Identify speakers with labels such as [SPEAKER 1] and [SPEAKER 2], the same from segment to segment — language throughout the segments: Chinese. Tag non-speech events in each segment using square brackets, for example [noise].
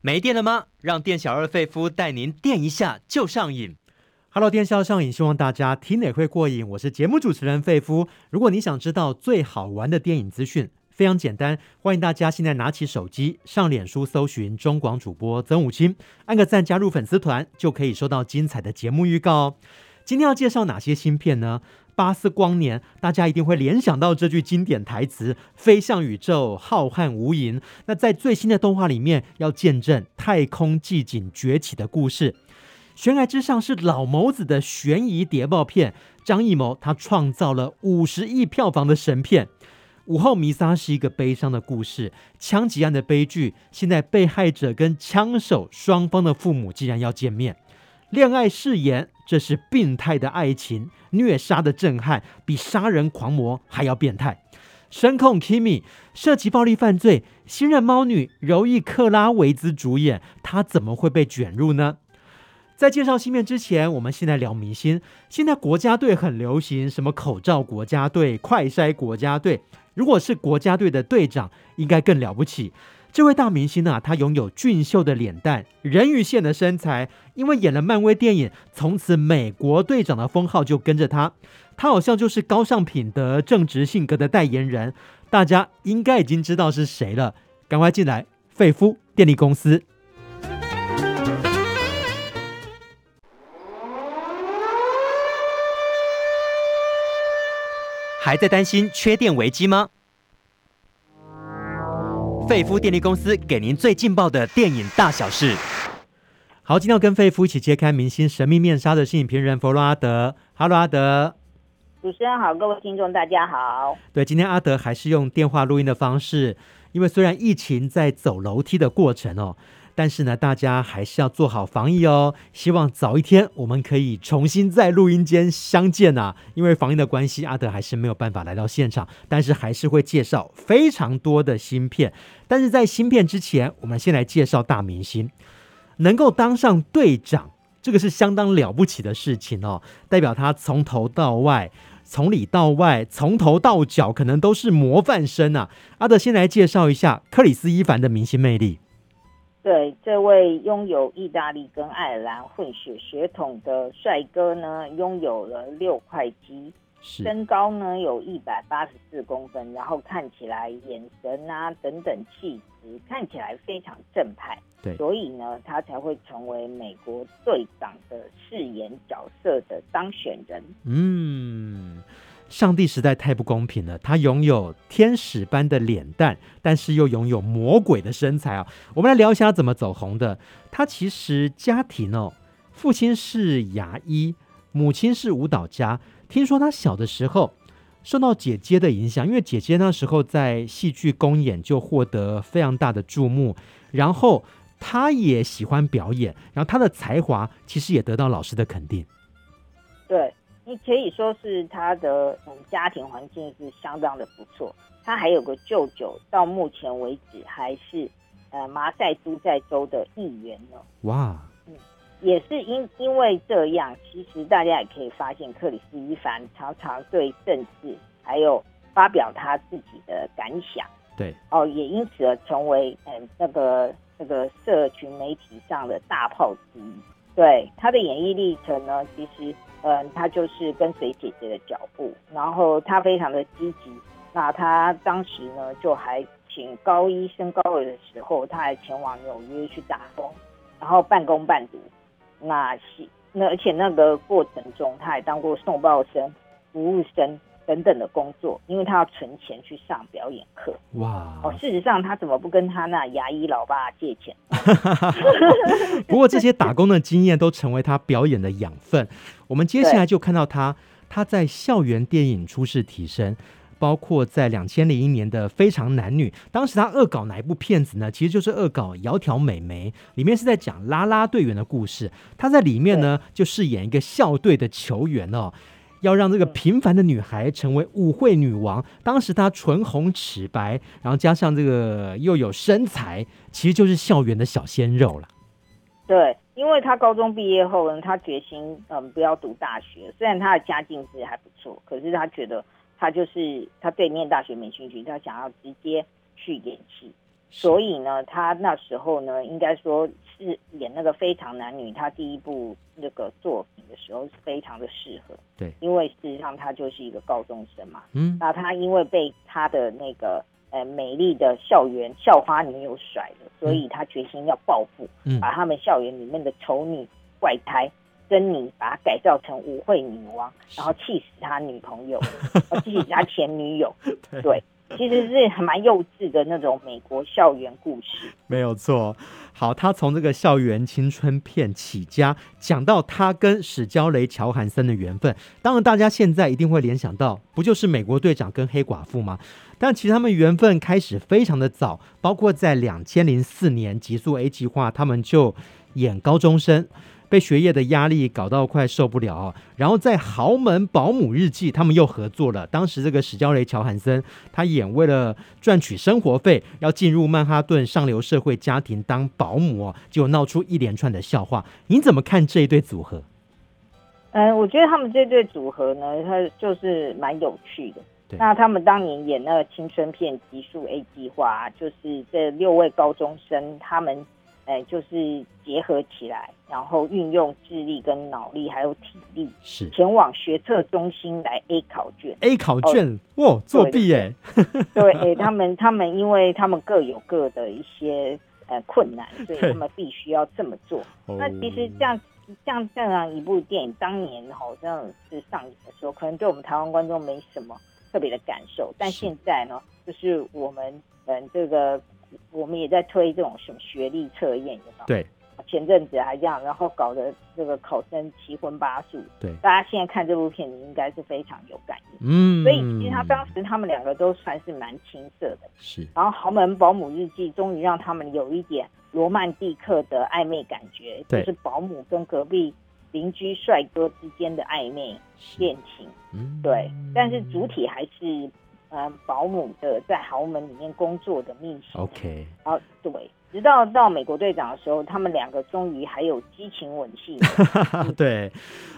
[SPEAKER 1] 没电了吗？让店小二费夫带您电一下就上瘾。
[SPEAKER 2] Hello，电销上瘾，希望大家听也会过瘾。我是节目主持人费夫。如果你想知道最好玩的电影资讯，非常简单，欢迎大家现在拿起手机，上脸书搜寻中广主播曾武清，按个赞，加入粉丝团，就可以收到精彩的节目预告哦。今天要介绍哪些芯片呢？巴斯光年，大家一定会联想到这句经典台词：“飞向宇宙，浩瀚无垠。”那在最新的动画里面，要见证太空寂景崛起的故事。悬崖之上是老谋子的悬疑谍报片，张艺谋他创造了五十亿票房的神片。午后弥撒是一个悲伤的故事，枪击案的悲剧。现在被害者跟枪手双方的父母竟然要见面。恋爱誓言，这是病态的爱情，虐杀的震撼，比杀人狂魔还要变态。声控 Kimi 涉及暴力犯罪，新任猫女柔伊克拉维兹主演，她怎么会被卷入呢？在介绍芯片之前，我们先来聊明星。现在国家队很流行什么口罩国家队、快筛国家队。如果是国家队的队长，应该更了不起。这位大明星啊，他拥有俊秀的脸蛋、人鱼线的身材，因为演了漫威电影，从此美国队长的封号就跟着他。他好像就是高尚品德、正直性格的代言人，大家应该已经知道是谁了。赶快进来，费夫电力公司。
[SPEAKER 1] 还在担心缺电危机吗？
[SPEAKER 2] 哦
[SPEAKER 1] 费夫电力公司给您最劲爆的电影大小事。
[SPEAKER 2] 好，今天要跟费夫一起揭开明星神秘面纱的是影评人弗洛阿德。哈喽，阿德。
[SPEAKER 3] 主持人好，各位听众大家好。
[SPEAKER 2] 对，今天阿德还是用电话录音的方式，因为虽然疫情在走楼梯的过程哦，但是呢，大家还是要做好防疫哦。希望早一天我们可以重新在录音间相见啊！因为防疫的关系，阿德还是没有办法来到现场，但是还是会介绍非常多的芯片。但是在芯片之前，我们先来介绍大明星，能够当上队长，这个是相当了不起的事情哦，代表他从头到外。从里到外，从头到脚，可能都是模范生啊！阿德先来介绍一下克里斯·伊凡的明星魅力。
[SPEAKER 3] 对，这位拥有意大利跟爱尔兰混血血统的帅哥呢，拥有了六块肌，
[SPEAKER 2] 是
[SPEAKER 3] 身高呢有一百八十四公分，然后看起来眼神啊等等气质，看起来非常正派。
[SPEAKER 2] 对
[SPEAKER 3] 所以呢，他才会成为美国队长的饰演角色的当选人。
[SPEAKER 2] 嗯，上帝实在太不公平了。他拥有天使般的脸蛋，但是又拥有魔鬼的身材啊。我们来聊一下他怎么走红的。他其实家庭哦，父亲是牙医，母亲是舞蹈家。听说他小的时候受到姐姐的影响，因为姐姐那时候在戏剧公演就获得非常大的注目，然后他也喜欢表演，然后他的才华其实也得到老师的肯定。
[SPEAKER 3] 对，你可以说是他的嗯家庭环境是相当的不错。他还有个舅舅，到目前为止还是呃麻塞诸塞州的议员呢。
[SPEAKER 2] 哇，
[SPEAKER 3] 也是因因为这样，其实大家也可以发现，克里斯伊凡常常对政治还有发表他自己的感想
[SPEAKER 2] 对。
[SPEAKER 3] 哦，也因此而成为嗯那个那个社群媒体上的大炮之一。对他的演艺历程呢，其实嗯，他就是跟随姐姐的脚步，然后他非常的积极。那他当时呢，就还请高一升高二的时候，他还前往纽约去打工，然后半工半读。那是那而且那个过程中，他还当过送报生、服务生等等的工作，因为他要存钱去上表演课。
[SPEAKER 2] 哇！
[SPEAKER 3] 哦，事实上他怎么不跟他那牙医老爸借钱？
[SPEAKER 2] 不过这些打工的经验都成为他表演的养分。我们接下来就看到他，他在校园电影初试提升，包括在两千零一年的《非常男女》，当时他恶搞哪一部片子呢？其实就是恶搞《窈窕美眉》，里面是在讲啦啦队员的故事。他在里面呢，就饰演一个校队的球员哦。要让这个平凡的女孩成为舞会女王。当时她唇红齿白，然后加上这个又有身材，其实就是校园的小鲜肉了。
[SPEAKER 3] 对，因为他高中毕业后呢，他决心嗯不要读大学。虽然他的家境是还不错，可是他觉得他就是他对念大学没兴趣，他想要直接去演戏。所以呢，他那时候呢，应该说是演那个《非常男女》他第一部那个作品的时候是非常的适合，
[SPEAKER 2] 对
[SPEAKER 3] 因为事实上他就是一个高中生嘛，
[SPEAKER 2] 嗯，
[SPEAKER 3] 那他因为被他的那个呃美丽的校园校花女友甩了，所以他决心要报复，
[SPEAKER 2] 嗯
[SPEAKER 3] 把他们校园里面的丑女、怪胎、珍妮，把她改造成舞会女王，然后气死他女朋
[SPEAKER 2] [laughs]
[SPEAKER 3] 友，呃气死他前女友。
[SPEAKER 2] 对
[SPEAKER 3] 对，其实是还蛮幼稚的那种美国校园故事。
[SPEAKER 2] 没有错。好，他从这个校园青春片起家，讲到他跟史焦雷、乔韩森的缘分。当然，大家现在一定会联想到，不就是美国队长跟黑寡妇吗？但其实他们缘分开始非常的早，包括在两千零四年《极速 A 计划》，他们就演高中生。被学业的压力搞到快受不了哦、然后在《豪门保姆日记》，他们又合作了。当时这个史焦雷、乔韩森，他演为了赚取生活费，要进入曼哈顿上流社会家庭当保姆哦，结果闹出一连串的笑话。您怎么看这一对组合？
[SPEAKER 3] 嗯，我觉得他们这对组合呢，他就是蛮有趣的
[SPEAKER 2] 对。
[SPEAKER 3] 那他们当年演那个青春片《极速 A 计划、啊》，就是这六位高中生，他们呃就是结合起来，然后运用智力、跟脑力还有体力，
[SPEAKER 2] 是。
[SPEAKER 3] 前往学测中心来 A 考卷
[SPEAKER 2] A 考卷哇、作弊耶， [laughs]
[SPEAKER 3] 对，诶他们他们因为他们各有各的一些呃困难，所以
[SPEAKER 2] 对
[SPEAKER 3] 他们必须要这么做。
[SPEAKER 2] 哦
[SPEAKER 3] 那其实这样像这样一部电影，当年好像是上映的时候，可能对我们台湾观众没什么特别的感受，但
[SPEAKER 2] 是
[SPEAKER 3] 现在呢，就是我们嗯这个我们也在推这种什么学历测验，有没有？
[SPEAKER 2] 对
[SPEAKER 3] 前阵子还这样，然后搞得这个考生七荤八素。
[SPEAKER 2] 对，
[SPEAKER 3] 大家现在看这部片，你应该是非常有感应。
[SPEAKER 2] 嗯，
[SPEAKER 3] 所以其实他当时他们两个都算是蛮青涩的。
[SPEAKER 2] 是
[SPEAKER 3] 然后《豪门保姆日记》终于让他们有一点罗曼蒂克的暧昧感觉，就
[SPEAKER 2] 对
[SPEAKER 3] 是保姆跟隔壁邻居帅哥之间的暧昧
[SPEAKER 2] 是
[SPEAKER 3] 恋情。
[SPEAKER 2] 嗯
[SPEAKER 3] 对，但是主体还是呃保姆的在豪门里面工作的秘辛。
[SPEAKER 2] OK
[SPEAKER 3] 然后对，直到到美国队长的时候，他们两个终于还有激情吻戏。
[SPEAKER 2] [laughs] 对，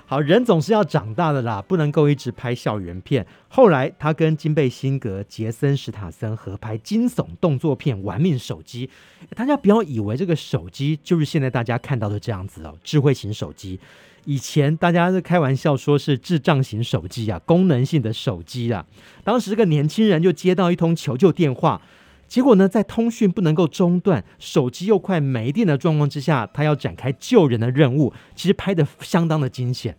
[SPEAKER 2] 好人总是要长大的啦，不能够一直拍校园片。后来他跟金贝辛格、杰森·史塔森合拍惊悚动作片《玩命手机》，大家不要以为这个手机就是现在大家看到的这样子哦，智慧型手机。以前大家是开玩笑说是智障型手机啊，功能性的手机啊。当时这个年轻人就接到一通求救电话，结果呢，在通讯不能够中断、手机又快没电的状况之下，他要展开救人的任务，其实拍的相当的惊险。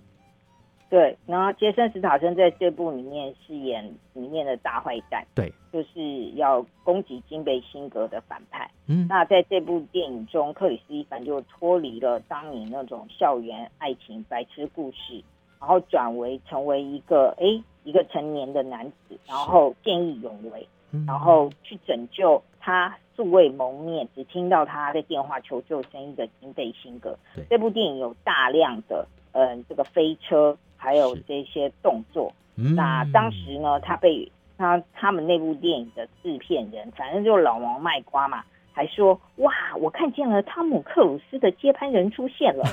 [SPEAKER 3] 对，然后杰森·斯塔森在这部里面饰演里面的大坏蛋，
[SPEAKER 2] 对，
[SPEAKER 3] 就是要攻击金贝辛格的反派。
[SPEAKER 2] 嗯，
[SPEAKER 3] 那在这部电影中，克里斯蒂凡就脱离了当年那种校园爱情白痴故事，然后转为成为一个诶一个成年的男子，然后见义勇为，
[SPEAKER 2] 嗯
[SPEAKER 3] 然后去拯救他素未谋面、只听到他在电话求救声音的金贝辛格
[SPEAKER 2] 对。
[SPEAKER 3] 这部电影有大量的嗯、呃这个飞车，还有
[SPEAKER 2] 是
[SPEAKER 3] 这些动作。
[SPEAKER 2] 嗯
[SPEAKER 3] 那当时呢，他被他他们那部电影的制片人，反正就老王卖瓜嘛，还说哇，我看见了汤姆克鲁斯的接班人出现
[SPEAKER 2] [laughs]
[SPEAKER 3] 了。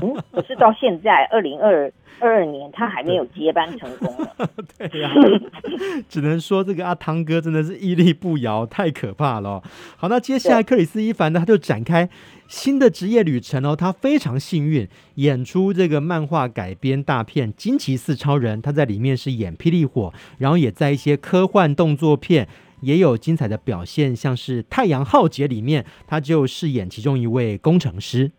[SPEAKER 3] 嗯，可是到现在二零二二年，他还没有接班成功呢。
[SPEAKER 2] 对 [laughs] 呀、只能说这个阿汤哥真的是屹立不摇，太可怕了哦、好，那接下来克里斯伊凡呢，他就展开新的职业旅程哦。他非常幸运，演出这个漫画改编大片《惊奇四超人》，他在里面是演霹雳火，然后也在一些科幻动作片。也有精彩的表现，像是《太阳浩劫》里面，他就饰演其中一位工程师。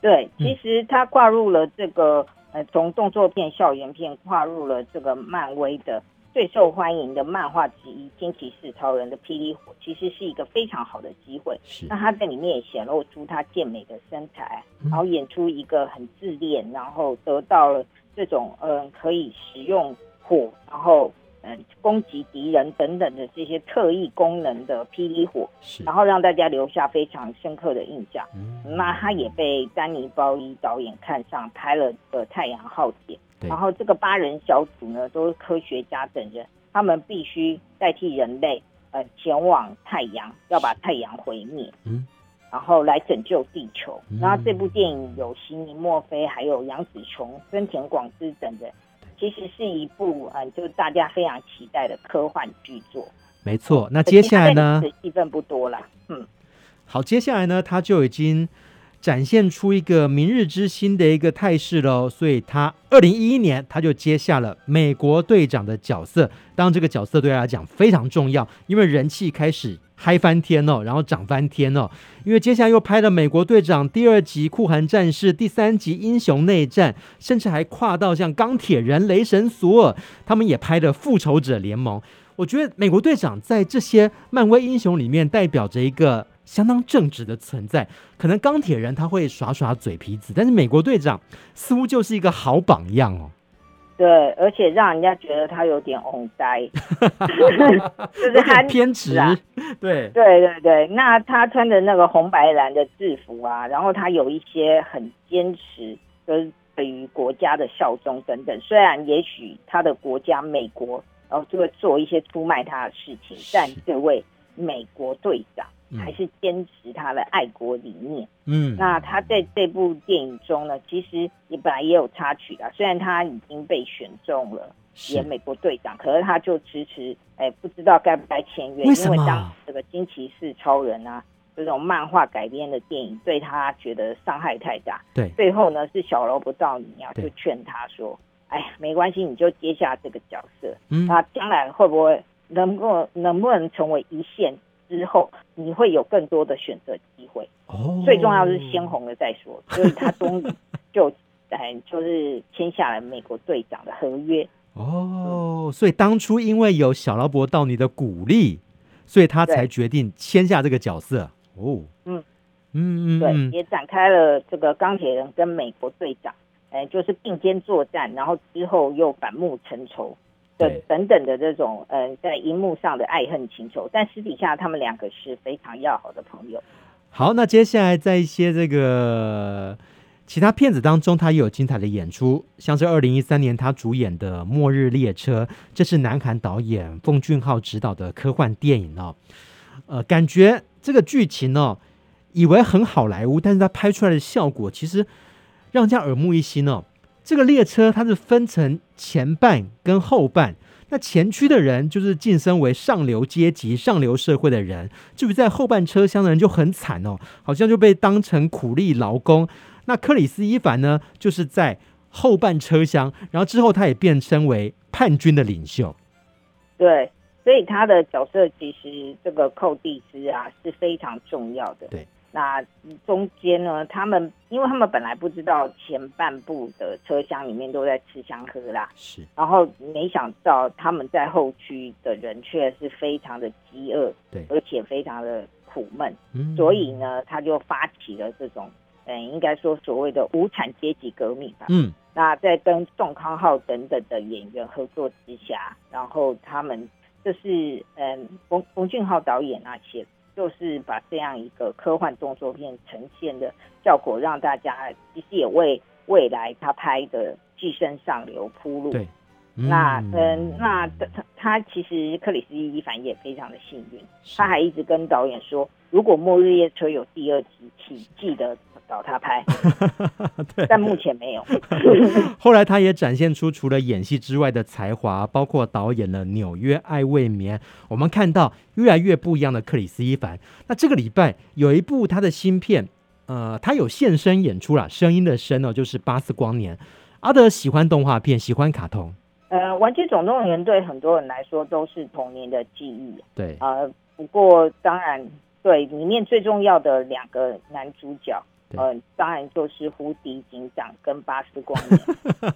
[SPEAKER 3] 对，
[SPEAKER 2] 嗯
[SPEAKER 3] 其实他跨入了这个呃，从动作片、校园片跨入了这个漫威的最受欢迎的漫画之一《惊奇四超人》的霹雳火，其实是一个非常好的机会。
[SPEAKER 2] 是
[SPEAKER 3] 那他在里面也显露出他健美的身材，
[SPEAKER 2] 嗯
[SPEAKER 3] 然后演出一个很自恋，然后得到了这种嗯、呃可以使用火，然后嗯、呃攻击敌人等等的这些特异功能的霹雳火，
[SPEAKER 2] 是
[SPEAKER 3] 然后让大家留下非常深刻的印象。
[SPEAKER 2] 嗯
[SPEAKER 3] 那他也被丹尼鲍伊导演看上，拍了个《太阳浩劫》。
[SPEAKER 2] 对
[SPEAKER 3] 然后这个八人小组呢，都是科学家等人，他们必须代替人类，呃，前往太阳，要把太阳毁灭，
[SPEAKER 2] 嗯，
[SPEAKER 3] 然后来拯救地球。
[SPEAKER 2] 嗯
[SPEAKER 3] 然后这部电影有席尼·墨菲，还有杨紫琼、森田广嗯之等人，其实是一部呃，就是大家非常期待的科幻巨作。
[SPEAKER 2] 没错。那接下来呢？
[SPEAKER 3] 戏份不多啦，嗯，
[SPEAKER 2] 好，接下来呢，他就已经展现出一个明日之星的一个态势喽。所以他二零一一年他就接下了美国队长的角色，当然这个角色对他来讲非常重要，因为人气开始嗨翻天哦，然后涨翻天哦。因为接下来又拍了《美国队长》第二集《酷寒战士》，第三集《英雄内战》，甚至还跨到像钢铁人、雷神索尔，他们也拍了《复仇者联盟》。我觉得美国队长在这些漫威英雄里面代表着一个相当正直的存在。可能钢铁人他会耍耍嘴皮子，但是美国队长似乎就是一个好榜样哦。
[SPEAKER 3] 对，而且让人家觉得他有点红呆，
[SPEAKER 2] [laughs]
[SPEAKER 3] [laughs] 就是
[SPEAKER 2] 有
[SPEAKER 3] 他
[SPEAKER 2] 点偏执
[SPEAKER 3] 啊，
[SPEAKER 2] 对，
[SPEAKER 3] 对对对，那他穿的那个红白蓝的制服啊，然后他有一些很坚持，就是对于国家的效忠等等。虽然也许他的国家美国，然后就会做一些出卖他的事情，
[SPEAKER 2] 是
[SPEAKER 3] 但这位美国队长
[SPEAKER 2] 嗯
[SPEAKER 3] 还是坚持他的爱国理念。
[SPEAKER 2] 嗯，
[SPEAKER 3] 那他在这部电影中呢，其实也本来也有插曲的，虽然他已经被选中了。演
[SPEAKER 2] 是
[SPEAKER 3] 美国队长，可是他就迟迟哎不知道该不该签约，
[SPEAKER 2] 为什么
[SPEAKER 3] 因为当时这个惊奇四超人啊这种漫画改编的电影对他觉得伤害太大，
[SPEAKER 2] 对
[SPEAKER 3] 最后呢是小萝卜到你啊
[SPEAKER 2] 对
[SPEAKER 3] 就劝他说，哎呀没关系，你就接下这个角色，
[SPEAKER 2] 嗯
[SPEAKER 3] 那将来会不会能够能不能成为一线之后，你会有更多的选择机会，
[SPEAKER 2] 哦
[SPEAKER 3] 最重要是先红了再说，所以他终于就 [laughs] 哎就是签下了美国队长的合约。
[SPEAKER 2] 哦，所以当初因为有小劳勃道尼的鼓励，所以他才
[SPEAKER 3] 对
[SPEAKER 2] 决定签下这个角色哦。
[SPEAKER 3] 嗯
[SPEAKER 2] 嗯嗯
[SPEAKER 3] 对，
[SPEAKER 2] 嗯，
[SPEAKER 3] 也展开了这个钢铁人跟美国队长，哎、就是并肩作战，然后之后又反目成仇的
[SPEAKER 2] 对
[SPEAKER 3] 等等的这种，呃，在荧幕上的爱恨情仇，但私底下他们两个是非常要好的朋友。
[SPEAKER 2] 好，那接下来在一些这个其他片子当中，他也有精彩的演出，像是二零一三年他主演的《末日列车》，这是南韩导演奉俊昊执导的科幻电影哦。呃，感觉这个剧情哦，以为很好莱坞，但是他拍出来的效果其实让人家耳目一新哦。这个列车它是分成前半跟后半，那前驱的人就是晋升为上流阶级、上流社会的人，至于在后半车厢的人就很惨哦，好像就被当成苦力劳工。那克里斯·伊凡呢，就是在后半车厢，然后之后他也变身为叛军的领袖。
[SPEAKER 3] 对，所以他的角色其实这个寇蒂斯啊是非常重要的。
[SPEAKER 2] 对，
[SPEAKER 3] 那中间呢，他们因为他们本来不知道前半部的车厢里面都在吃香喝辣，
[SPEAKER 2] 是，
[SPEAKER 3] 然后没想到他们在后区的人却是非常的饥饿，
[SPEAKER 2] 对
[SPEAKER 3] 而且非常的苦闷，
[SPEAKER 2] 嗯
[SPEAKER 3] 所以，呢，他就发起了这种，嗯，应该说所谓的无产阶级革命吧。
[SPEAKER 2] 嗯，
[SPEAKER 3] 那在跟宋康昊等等的演员合作之下，然后他们就是，嗯，冯冯俊昊导演啊写，就是把这样一个科幻动作片呈现的效果，让大家其实也为未来他拍的《寄生上流》铺路。
[SPEAKER 2] 对，
[SPEAKER 3] 那嗯，那他他其实克里斯蒂伊凡也非常的幸运，他还一直跟导演说，如果《末日夜车》有第二集，请记得找他拍，
[SPEAKER 2] 还 [laughs] 对，
[SPEAKER 3] 但目前没有。
[SPEAKER 2] 后来他也展现出除了演戏之外的才华，包括导演了《纽约爱未眠》。我们看到越来越不一样的克里斯·伊凡。那这个礼拜有一部他的新片，呃，他有现身演出啦，声音的声哦，就是《巴斯光年》。阿德喜欢动画片，喜欢卡通，
[SPEAKER 3] 呃，《玩具总动员》对很多人来说都是童年的记忆
[SPEAKER 2] 对，
[SPEAKER 3] 呃，不过当然对里面最重要的两个男主角，
[SPEAKER 2] 对
[SPEAKER 3] 呃，当然就是胡迪警长跟巴斯光年。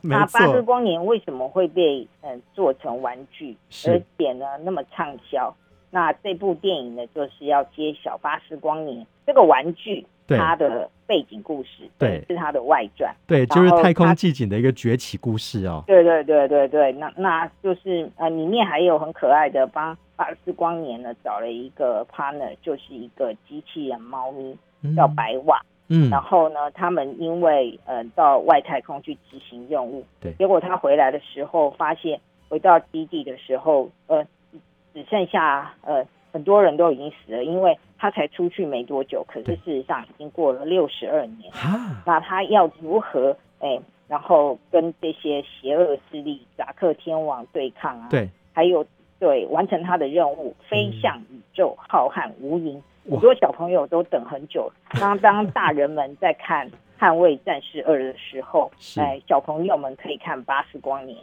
[SPEAKER 2] 没
[SPEAKER 3] 那《巴斯
[SPEAKER 2] 错，
[SPEAKER 3] 光年》为什么会被嗯、呃做成玩具，
[SPEAKER 2] 是
[SPEAKER 3] 而且呢那么畅销？那这部电影呢，就是要揭晓《巴斯光年》这个玩具
[SPEAKER 2] 对
[SPEAKER 3] 它的背景故事，
[SPEAKER 2] 对
[SPEAKER 3] 是它的外传。
[SPEAKER 2] 对，就是
[SPEAKER 3] 然后
[SPEAKER 2] 太空
[SPEAKER 3] 他
[SPEAKER 2] 寂景的一个崛起故事哦。
[SPEAKER 3] 对对对对对，那那就是呃，里面还有很可爱的帮巴斯光年呢找了一个 partner，就是一个机器人猫咪
[SPEAKER 2] 嗯
[SPEAKER 3] 叫白袜。
[SPEAKER 2] 嗯，
[SPEAKER 3] 然后呢，他们因为呃到外太空去执行任务，
[SPEAKER 2] 对
[SPEAKER 3] 结果他回来的时候发现，回到基地的时候，呃，只剩下呃很多人都已经死了，因为他才出去没多久，可
[SPEAKER 2] 对
[SPEAKER 3] 是事实上已经过了六十二
[SPEAKER 2] 嗯
[SPEAKER 3] 年，
[SPEAKER 2] 哈，
[SPEAKER 3] 那他要如何哎，然后跟这些邪恶势力扎克天王对抗啊？，
[SPEAKER 2] 对，
[SPEAKER 3] 还有对，完成他的任务，飞
[SPEAKER 2] 嗯
[SPEAKER 3] 向宇宙浩瀚无垠。
[SPEAKER 2] 哇
[SPEAKER 3] 很多小朋友都等很久，当当大人们在看《捍卫战士二》的时候，
[SPEAKER 2] 是
[SPEAKER 3] 哎，小朋友们可以看《巴斯光年》。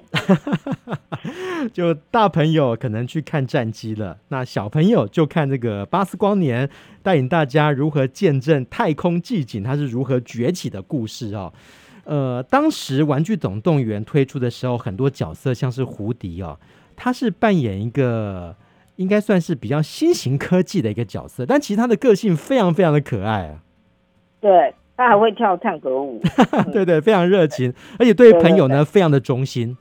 [SPEAKER 2] 就大朋友可能去看战机了，那小朋友就看这个巴斯光年带领大家如何见证太空寂景它是如何崛起的故事哦。呃，当时《玩具总动员》推出的时候，很多角色像是胡迪哦，他是扮演一个应该算是比较新型科技的一个角色，但其实他的个性非常非常的可爱啊， [laughs]
[SPEAKER 3] 对，他还会跳探戈舞。
[SPEAKER 2] 对对，非常热情，而且嗯对朋友呢非常的忠心，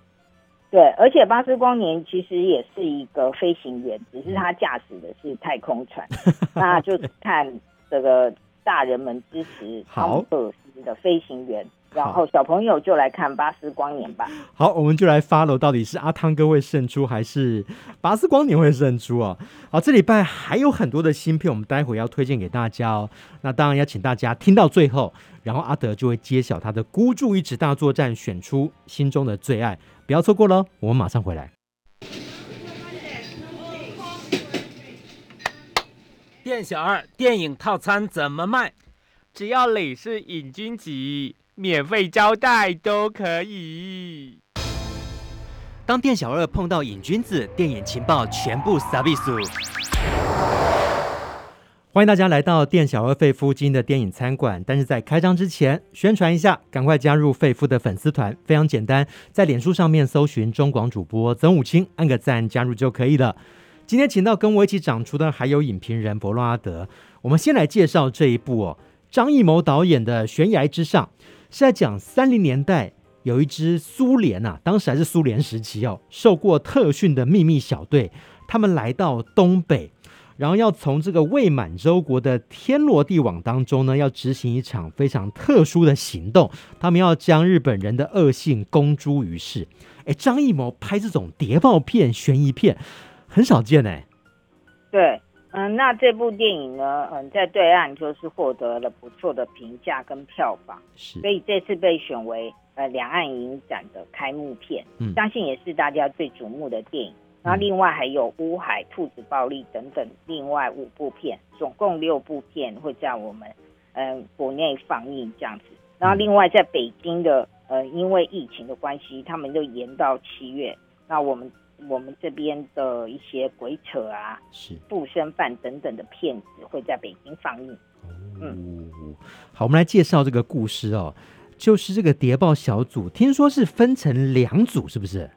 [SPEAKER 3] 对，而且巴斯光年其实也是一个飞行员，只是他驾驶的是太空
[SPEAKER 2] [laughs]
[SPEAKER 3] 船，那就看这个大人们支持
[SPEAKER 2] 好
[SPEAKER 3] 汤姆克鲁斯的飞行员，然
[SPEAKER 2] 好
[SPEAKER 3] 后小朋友就来看巴斯光年吧。
[SPEAKER 2] 好，我们就来 follow 到底是阿汤哥会胜出，还是拔丝光年会胜出哦？好，这礼拜还有很多的新片，我们待会要推荐给大家哦。那当然要请大家听到最后，然后阿德就会揭晓他的孤注一掷大作战，选出心中的最爱，不要错过喽。我们马上回来。
[SPEAKER 4] 店小二电影套餐怎么卖？
[SPEAKER 5] 只要累是瘾君集，免费招待都可以。
[SPEAKER 1] 当店小二碰到瘾君子，电影情报全部撒比数。
[SPEAKER 2] 欢迎大家来到店小二费夫金的电影餐馆。但是在开张之前，宣传一下，赶快加入费夫的粉丝团，非常简单，在脸书上面搜寻中广主播曾武清，按个赞加入就可以了。今天请到跟我一起长出的还有影评人伯洛阿德。我们先来介绍这一部哦，张艺谋导演的《悬崖之上》，是在讲三零年代有一支苏联啊，当时还是苏联时期哦，受过特训的秘密小队，他们来到东北。然后要从这个未满洲国的天罗地网当中呢，要执行一场非常特殊的行动，他们要将日本人的恶性公诸于世。哎，张艺谋拍这种谍报片、悬疑片很少见哎。
[SPEAKER 3] 对，嗯，那这部电影呢，嗯，在对岸就是获得了不错的评价跟票房。
[SPEAKER 2] 是
[SPEAKER 3] 所以这次被选为呃两岸影展的开幕片，
[SPEAKER 2] 嗯
[SPEAKER 3] 相信也是大家最瞩目的电影。然后另外还有《乌海》《兔子暴力》等等，另外五部片，总共六部片会在我们嗯、呃国内放映这样子。然后另外在北京的呃，因为疫情的关系，他们就延到七月。那我们我们这边的一些鬼扯啊、
[SPEAKER 2] 是，
[SPEAKER 3] 附身犯等等的片子会在北京放映。
[SPEAKER 2] 嗯，好，我们来介绍这个故事哦，就是这个谍报小组，听说是分成两组，是不是？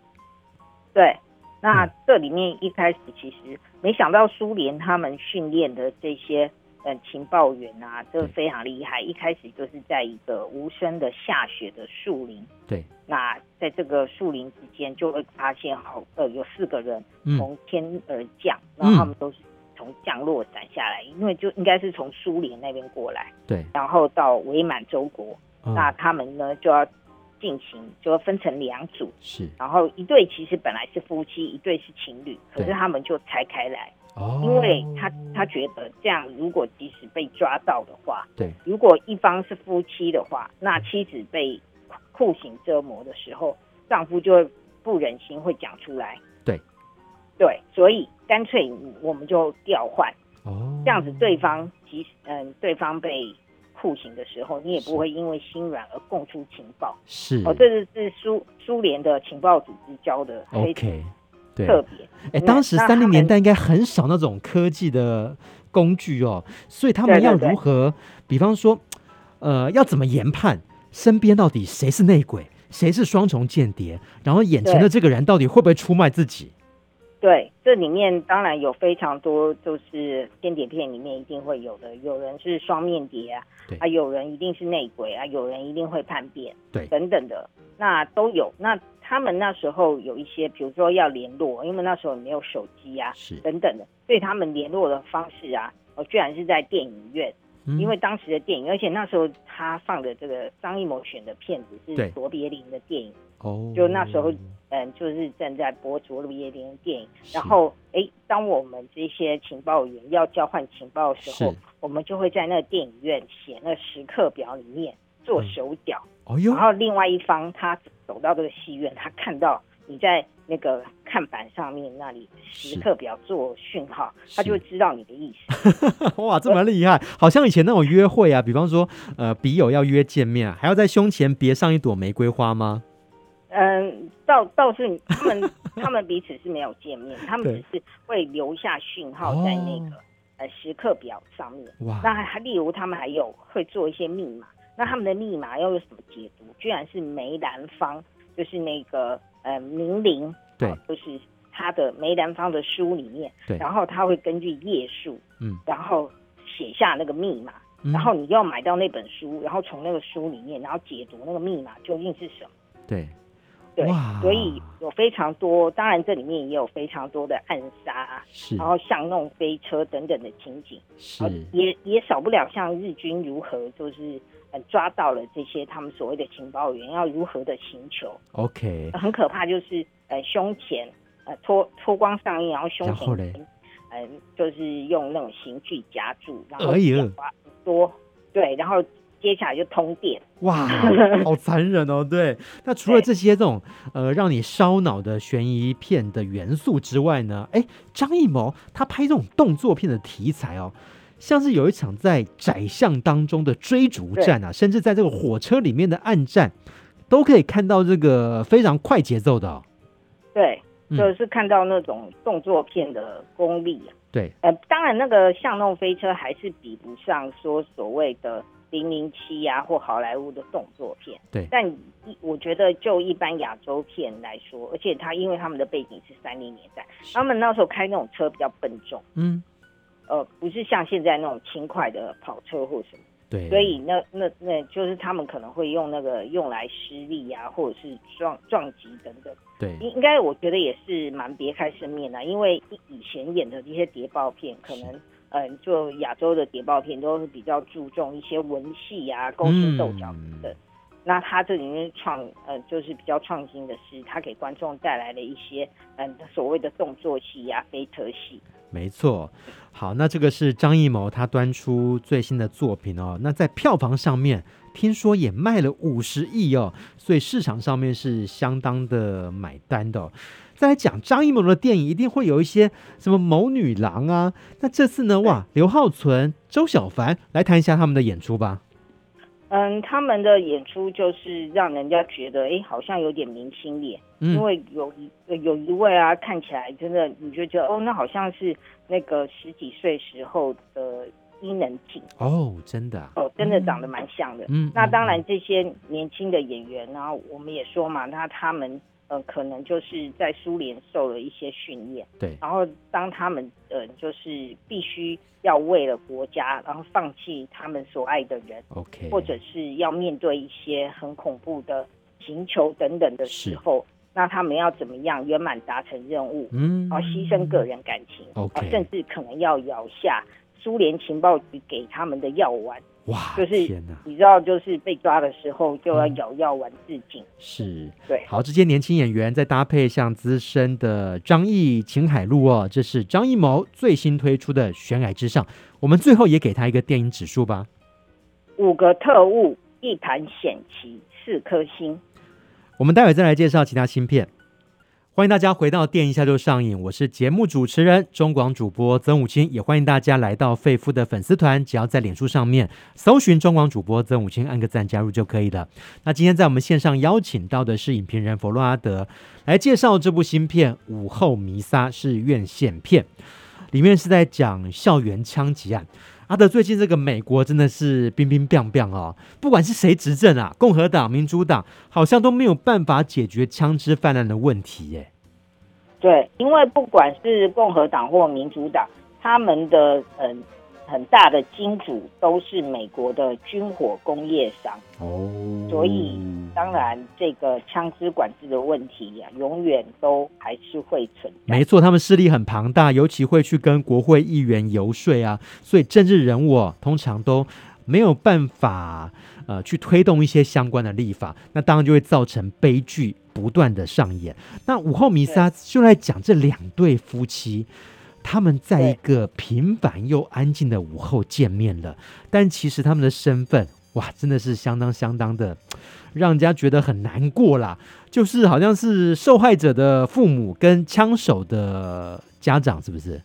[SPEAKER 3] 对，那
[SPEAKER 2] 嗯
[SPEAKER 3] 这里面一开始其实没想到苏联他们训练的这些嗯情报员啊，都
[SPEAKER 2] 嗯
[SPEAKER 3] 非常厉害。一开始就是在一个无声的下雪的树林，
[SPEAKER 2] 对，
[SPEAKER 3] 那在这个树林之间就会发现好呃有四个人
[SPEAKER 2] 嗯，
[SPEAKER 3] 从天而降，
[SPEAKER 2] 嗯
[SPEAKER 3] 然后他们都是从降落伞下来，因为就应该是从苏联那边过来，
[SPEAKER 2] 对，
[SPEAKER 3] 然后到伪满洲国，
[SPEAKER 2] 嗯
[SPEAKER 3] 那他们呢就要进行就要分成两组。
[SPEAKER 2] 是
[SPEAKER 3] 然后一对其实本来是夫妻，一对是情侣，可是
[SPEAKER 2] 对
[SPEAKER 3] 他们就拆开来，
[SPEAKER 2] 哦，
[SPEAKER 3] 因为他他觉得这样，如果即使被抓到的话，
[SPEAKER 2] 对，
[SPEAKER 3] 如果一方是夫妻的话，那妻子被酷刑折磨的时候，丈夫就会不忍心会讲出来，
[SPEAKER 2] 对，
[SPEAKER 3] 对，所以干脆我们就调换，
[SPEAKER 2] 哦，
[SPEAKER 3] 这样子对方即使嗯对方被酷刑的时候，你也
[SPEAKER 2] 是嗯
[SPEAKER 3] 不会因为心软而供出情报。
[SPEAKER 2] 是
[SPEAKER 3] 哦，这是是苏苏联的情报组织教的，非常
[SPEAKER 2] OK，对，
[SPEAKER 3] 特别。
[SPEAKER 2] 哎，
[SPEAKER 3] 那
[SPEAKER 2] 当时
[SPEAKER 3] 那
[SPEAKER 2] 三
[SPEAKER 3] 他
[SPEAKER 2] 零
[SPEAKER 3] 们
[SPEAKER 2] 年代应该很少那种科技的工具哦，所以他们
[SPEAKER 3] 对对
[SPEAKER 2] 要
[SPEAKER 3] 对
[SPEAKER 2] 如何，比方说，呃，要怎么研判身边到底谁是内鬼，谁是双重间谍，然后眼前的
[SPEAKER 3] 对
[SPEAKER 2] 这个人到底会不会出卖自己？
[SPEAKER 3] 对，这里面当然有非常多，就是间谍片里面一定会有的，有人是双面谍啊
[SPEAKER 2] 对，
[SPEAKER 3] 啊，有人一定是内鬼啊，有人一定会叛变，
[SPEAKER 2] 对
[SPEAKER 3] 等等的，那都有。那他们那时候有一些，比如说要联络，因为那时候没有手机啊，
[SPEAKER 2] 是，
[SPEAKER 3] 等等的，所以他们联络的方式啊，哦，居然是在电影院。
[SPEAKER 2] 嗯
[SPEAKER 3] 因为当时的电影，而且那时候他放的这个张艺谋选的片子
[SPEAKER 2] 对
[SPEAKER 3] 是卓别林的电影，
[SPEAKER 2] 哦，
[SPEAKER 3] 就那时候嗯，就是正在播卓别林的电影。
[SPEAKER 2] 是
[SPEAKER 3] 然后，哎，当我们这些情报员要交换情报的时候
[SPEAKER 2] 是，
[SPEAKER 3] 我们就会在那个电影院写那时刻表里面做手脚，
[SPEAKER 2] 哦哟
[SPEAKER 3] 然，后另外一方他走到这个戏院，他看到你在那个看板上面那里时
[SPEAKER 2] 是
[SPEAKER 3] 刻表做讯号，
[SPEAKER 2] 是
[SPEAKER 3] 他就会知道你的意思。
[SPEAKER 2] [laughs] 哇，这么厉害！好像以前那种约会啊，比方说，呃，笔友要约见面啊，还要在胸前别上一朵玫瑰花吗？
[SPEAKER 3] 嗯，倒倒是他
[SPEAKER 2] [laughs]
[SPEAKER 3] 们他们彼此是没有见面，他们
[SPEAKER 2] 对哦
[SPEAKER 3] 只是会留下讯号在那个、呃时刻表上面。那
[SPEAKER 2] 哇，
[SPEAKER 3] 还例如他们还有会做一些密码，那他们的密码要有什么解读？居然是梅兰芳，就是那个呃名伶，
[SPEAKER 2] 对
[SPEAKER 3] 啊就是他的梅兰芳的书里面，
[SPEAKER 2] 对
[SPEAKER 3] 然后他会根据页数，
[SPEAKER 2] 嗯，
[SPEAKER 3] 然后写下那个密码，
[SPEAKER 2] 嗯
[SPEAKER 3] 然后你要买到那本书，然后从那个书里面，然后解读那个密码究竟是什么。
[SPEAKER 2] 对，
[SPEAKER 3] 对
[SPEAKER 2] 哇，
[SPEAKER 3] 所以有非常多，当然这里面也有非常多的暗杀，
[SPEAKER 2] 是
[SPEAKER 3] 然后像弄飞车等等的情景。然后
[SPEAKER 2] 是，
[SPEAKER 3] 也也少不了像日军如何就是呃抓到了这些他们所谓的情报员要如何的行求，
[SPEAKER 2] OK，
[SPEAKER 3] 很可怕就是呃胸前呃脱脱光上衣，然后胸
[SPEAKER 2] 然后嘞
[SPEAKER 3] 前嗯、呃就是用那种刑具夹住，然后
[SPEAKER 2] 哎呦
[SPEAKER 3] 脚啊多对，然后接下来就通电， [laughs]
[SPEAKER 2] 哇，好残忍哦！对，那除了这些这种呃让你烧脑的悬疑片的元素之外呢，哎，张艺谋他拍这种动作片的题材哦，像是有一场在窄巷当中的追逐战啊，甚至在这个火车里面的暗战，都可以看到这个非常快节奏的、哦，
[SPEAKER 3] 对，
[SPEAKER 2] 嗯
[SPEAKER 3] 就是看到那种动作片的功力啊。
[SPEAKER 2] 对，
[SPEAKER 3] 呃，当然那个巷弄飞车还是比不上说所谓的零零七啊或好莱坞的动作片。
[SPEAKER 2] 对
[SPEAKER 3] 但一我觉得就一般亚洲片来说，而且它因为他们的背景是三零年代，
[SPEAKER 2] 是
[SPEAKER 3] 他们那时候开那种车比较笨重，
[SPEAKER 2] 嗯，
[SPEAKER 3] 呃，不是像现在那种轻快的跑车或什么，
[SPEAKER 2] 对，
[SPEAKER 3] 所以那那那就是他们可能会用那个用来施力啊，或者是撞撞击等等。
[SPEAKER 2] 对
[SPEAKER 3] 应应该我觉得也是蛮别开生面的，因为以以前演的这些谍报片，可能嗯、呃就亚洲的谍报片都是比较注重一些文戏啊、勾心斗角
[SPEAKER 2] 嗯
[SPEAKER 3] 等等。那他这里面创呃就是比较创新的是，他给观众带来了一些嗯、所谓的动作戏啊、飞车戏。
[SPEAKER 2] 没错，好，那这个是张艺谋他端出最新的作品哦。那在票房上面，听说也卖了五十亿哦，所以市场上面是相当的买单的哦、再来讲张艺谋的电影，一定会有一些什么谋女郎啊。那这次呢，哇，刘浩存、周小凡来谈一下他们的演出吧。
[SPEAKER 3] 嗯，他们的演出就是让人家觉得，哎，好像有点明星脸。因
[SPEAKER 2] 嗯，
[SPEAKER 3] 为有一有一位啊，看起来真的你就觉得哦，那好像是那个十几岁时候的伊能静
[SPEAKER 2] 哦，真的啊、
[SPEAKER 3] 哦，真的长得蛮像的。
[SPEAKER 2] 嗯，
[SPEAKER 3] 那当
[SPEAKER 2] 嗯，
[SPEAKER 3] 然，这些年轻的演员呢、我们也说嘛，那他们呃可能就是在苏联受了一些训练，
[SPEAKER 2] 对
[SPEAKER 3] 然后当他们呃就是必须要为了国家，然后放弃他们所爱的人，
[SPEAKER 2] ，OK，
[SPEAKER 3] 或者是要面对一些很恐怖的刑求等等的时候，那他们要怎么样圆满达成任务，
[SPEAKER 2] 嗯，
[SPEAKER 3] 然后牺牲个人感情，
[SPEAKER 2] OK
[SPEAKER 3] 啊甚至可能要咬下苏联情报局给他们的药丸，
[SPEAKER 2] 哇，
[SPEAKER 3] 就是
[SPEAKER 2] 天哪，
[SPEAKER 3] 你知道，就是被抓的时候就要
[SPEAKER 2] 嗯
[SPEAKER 3] 咬药丸自尽。
[SPEAKER 2] 是。
[SPEAKER 3] 对，
[SPEAKER 2] 好，这些年轻演员再搭配像资深的张译、秦海璐哦，这是张艺谋最新推出的《悬崖之上》。我们最后也给他一个电影指数吧。嗯
[SPEAKER 3] 五个特务，一盘险棋，四颗星。
[SPEAKER 2] 我们待会再来介绍其他芯片。欢迎大家回到《电一下就上瘾》，我是节目主持人中广主播曾武清，也欢迎大家来到费夫的粉丝团，只要在脸书上面搜寻中广主播曾武清，按个赞加入就可以了。那今天在我们线上邀请到的是影评人佛洛阿德来介绍这部新片《午后弥撒》，是院线片，里面是在讲校园枪击案。阿德最近这个美国真的是冰冰冰冰哦，不管是谁执政啊，共和党、民主党，好像都没有办法解决枪支泛滥的问题耶。
[SPEAKER 3] 对，因为不管是共和党或民主党，他们的嗯很大的金主都是美国的军火工业商。
[SPEAKER 2] 哦
[SPEAKER 3] 所以当然，这个枪支管制的问题呀、永远都还是会存在。
[SPEAKER 2] 没错，他们势力很庞大，尤其会去跟国会议员游说啊，所以政治人物、哦、通常都没有办法呃去推动一些相关的立法，那当然就会造成悲剧不断的上演。那午后弥撒就来讲这两对夫妻。他们在一个平凡又安静的午后见面了，但其实他们的身份哇，真的是相当相当的让人家觉得很难过啦。就是好像是受害者的父母跟枪手的家长，是不是？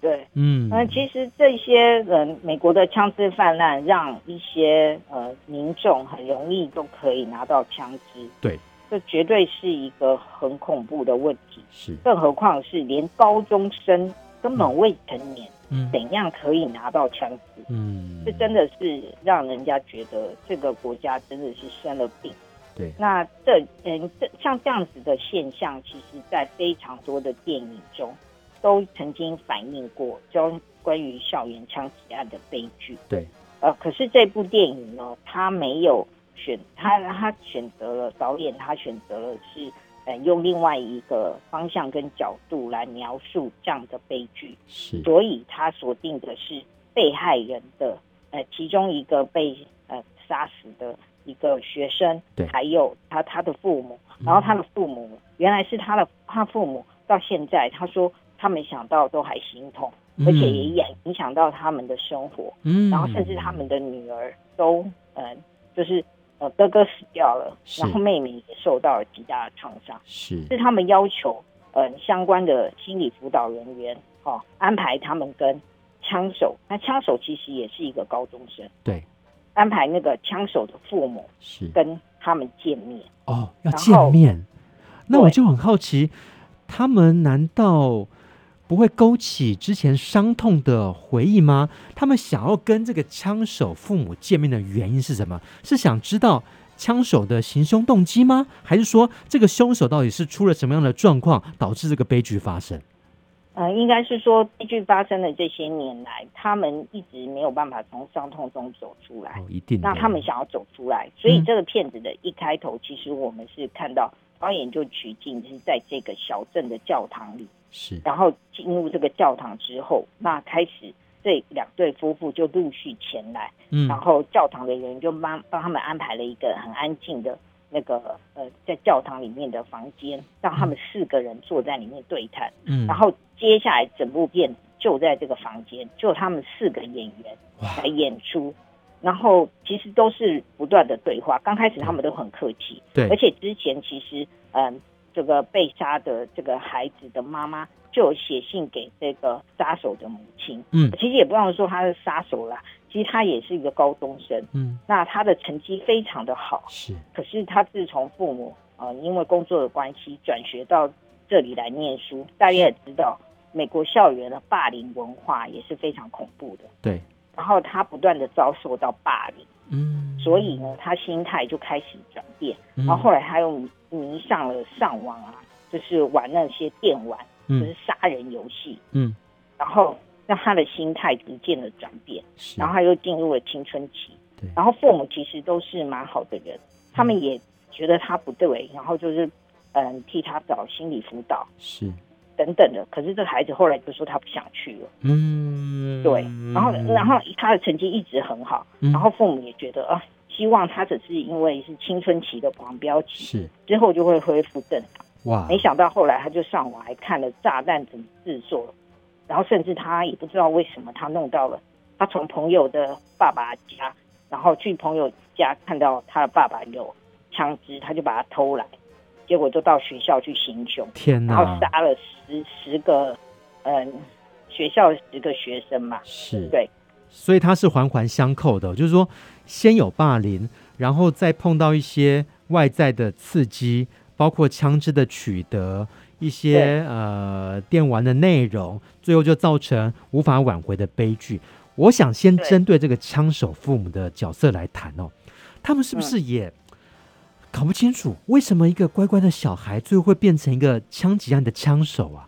[SPEAKER 3] 对，
[SPEAKER 2] 嗯，
[SPEAKER 3] 那呃其实这些呃，美国的枪支泛滥，让一些呃民众很容易都可以拿到枪支，
[SPEAKER 2] 对，
[SPEAKER 3] 这绝对是一个很恐怖的问题。
[SPEAKER 2] 是，
[SPEAKER 3] 更何况是连高中生根本未成年，
[SPEAKER 2] 嗯
[SPEAKER 3] 怎样可以拿到枪支？
[SPEAKER 2] 嗯，
[SPEAKER 3] 这真的是让人家觉得这个国家真的是生了病。
[SPEAKER 2] 对
[SPEAKER 3] 那这嗯，这像这样子的现象，其实在非常多的电影中都曾经反映过，就关于校园枪击案的悲剧。
[SPEAKER 2] 对，
[SPEAKER 3] 呃，可是这部电影呢，它没有选，它它选择了导演，他选择了是。呃，用另外一个方向跟角度来描述这样的悲剧，
[SPEAKER 2] 是，
[SPEAKER 3] 所以他锁定的是被害人的呃其中一个被呃杀死的一个学生
[SPEAKER 2] 对，嗯
[SPEAKER 3] 还有他他的父母，然后他的父母原来是他的他父母，到现在他说他没想到都还心痛，而且也影影响到他们的生活，
[SPEAKER 2] 嗯，
[SPEAKER 3] 然后甚至他们的女儿都呃就是呃哥哥死掉了，
[SPEAKER 2] 是
[SPEAKER 3] 然后妹妹也受到了极大的创伤。
[SPEAKER 2] 是
[SPEAKER 3] 是他们要求，呃，相关的心理辅导人员哦安排他们跟枪手，那枪手其实也是一个高中生，
[SPEAKER 2] 对，
[SPEAKER 3] 安排那个枪手的父母
[SPEAKER 2] 是
[SPEAKER 3] 跟他们见面。
[SPEAKER 2] 哦，要
[SPEAKER 3] 然
[SPEAKER 2] 见
[SPEAKER 3] 后
[SPEAKER 2] 面。那我
[SPEAKER 3] 对
[SPEAKER 2] 就很好奇，他们难道不会勾起之前伤痛的回忆吗？他们想要跟这个枪手父母见面的原因是什么？是想知道枪手的行凶动机吗？还是说这个凶手到底是出了什么样的状况，导致这个悲剧发生？
[SPEAKER 3] 呃，应该是说悲剧发生的这些年来，他们一直没有办法从伤痛中走出来
[SPEAKER 2] 哦。，一定的。
[SPEAKER 3] 那他们想要走出来，所以
[SPEAKER 2] 嗯
[SPEAKER 3] 这个片子的一开头，其实我们是看到导演就取景是在这个小镇的教堂里，
[SPEAKER 2] 是
[SPEAKER 3] 然后进入这个教堂之后，那开始这两对夫妇就陆续前来，
[SPEAKER 2] 嗯
[SPEAKER 3] 然后教堂的人就帮帮他们安排了一个很安静的那个呃，在教堂里面的房间，让他们四个人坐在里面对谈。
[SPEAKER 2] 嗯，
[SPEAKER 3] 然后接下来整部片就在这个房间，就他们四个演员
[SPEAKER 2] 哇
[SPEAKER 3] 来演出。然后其实都是不断的对话，刚开始他们都很客气，
[SPEAKER 2] 对
[SPEAKER 3] 而且之前其实，嗯，这个被杀的这个孩子的妈妈就有写信给这个杀手的母亲，
[SPEAKER 2] 嗯
[SPEAKER 3] 其实也不能说他是杀手啦，其实他也是一个高中生，
[SPEAKER 2] 嗯
[SPEAKER 3] 那他的成绩非常的好，
[SPEAKER 2] 是
[SPEAKER 3] 可是他自从父母呃因为工作的关系转学到这里来念书，大家也知道美国校园的霸凌文化也是非常恐怖的。
[SPEAKER 2] 对
[SPEAKER 3] 然后他不断的遭受到霸凌，
[SPEAKER 2] 嗯，
[SPEAKER 3] 所以呢，他心态就开始转变。
[SPEAKER 2] 嗯
[SPEAKER 3] 然后后来他又迷迷上了上网啊，就是玩那些电玩，就是
[SPEAKER 2] 嗯
[SPEAKER 3] 杀人游戏。
[SPEAKER 2] 嗯，
[SPEAKER 3] 然后让他的心态逐渐的转变。
[SPEAKER 2] 是
[SPEAKER 3] 然后他又进入了青春期
[SPEAKER 2] 对。嗯
[SPEAKER 3] 然后父母其实都是蛮好的人，他们也觉得他不对，然后就是嗯替他找心理辅导
[SPEAKER 2] 是
[SPEAKER 3] 等等的。可是这个孩子后来就说他不想去了，
[SPEAKER 2] 嗯
[SPEAKER 3] 对。然后然后他的成绩一直很好，
[SPEAKER 2] 嗯
[SPEAKER 3] 然后父母也觉得啊，希望他只是因为是青春期的狂飙期，
[SPEAKER 2] 是
[SPEAKER 3] 之后就会恢复正常。
[SPEAKER 2] 哇
[SPEAKER 3] 没想到后来他就上网还看了炸弹怎么制作，然后甚至他也不知道为什么他弄到了，他从朋友的爸爸家，然后去朋友家看到他的爸爸有枪支，他就把它偷来，结果就到学校去行凶，
[SPEAKER 2] 天
[SPEAKER 3] 然后
[SPEAKER 2] 哪！
[SPEAKER 3] 杀了十十个，嗯、学校十个学生嘛，
[SPEAKER 2] 是，
[SPEAKER 3] 对，
[SPEAKER 2] 所以它是环环相扣的，就是说先有霸凌，然后再碰到一些外在的刺激，包括枪支的取得，一些呃电玩的内容，最后就造成无法挽回的悲剧。我想先
[SPEAKER 3] 对
[SPEAKER 2] 针对这个枪手父母的角色来谈哦，他们是不
[SPEAKER 3] 嗯
[SPEAKER 2] 是也搞不清楚为什么一个乖乖的小孩最后会变成一个枪击案的枪手啊？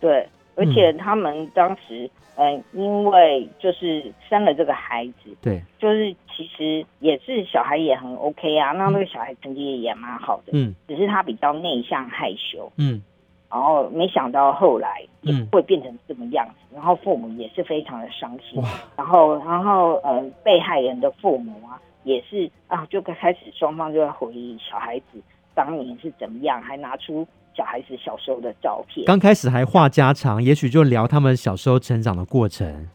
[SPEAKER 3] 对，而且他们当时，嗯、因为就是生了这个孩子，
[SPEAKER 2] 对，
[SPEAKER 3] 就是其实也是小孩也很 OK 啊，那那个小孩成绩也蛮好的，
[SPEAKER 2] 嗯
[SPEAKER 3] 只是他比较内向害羞，
[SPEAKER 2] 嗯
[SPEAKER 3] 然后没想到后来也
[SPEAKER 2] 嗯
[SPEAKER 3] 会变成这么样子，然后父母也是非常的伤心
[SPEAKER 2] 哇，
[SPEAKER 3] 然后然后呃被害人的父母啊也是啊就开始双方就在回忆小孩子当年是怎么样，还拿出小孩子小时候的照片，
[SPEAKER 2] 刚开始还话家常，也许就聊他们小时候成长的过程。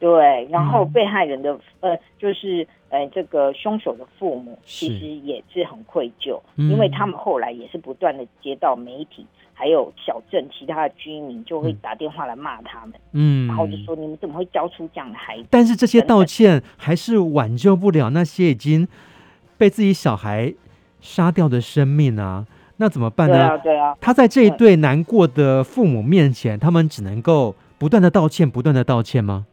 [SPEAKER 3] 对，然后
[SPEAKER 2] 嗯
[SPEAKER 3] 被害人的、呃，就是呃，这个凶手的父母其
[SPEAKER 2] 是
[SPEAKER 3] 实也是很愧疚，
[SPEAKER 2] 嗯
[SPEAKER 3] 因为他们后来也是不断的接到媒体还有小镇其他的居民就会
[SPEAKER 2] 嗯
[SPEAKER 3] 打电话来骂他们，
[SPEAKER 2] 嗯
[SPEAKER 3] 然后就说你们怎么会教出这样的孩子？
[SPEAKER 2] 但是这些道歉还是挽救不了那些已经被自己小孩杀掉的生命啊！那怎么办
[SPEAKER 3] 对啊，
[SPEAKER 2] 呢？
[SPEAKER 3] 对啊，
[SPEAKER 2] 他在这一对难过的父母面前，他们只能够不断的道歉，不断的道歉吗？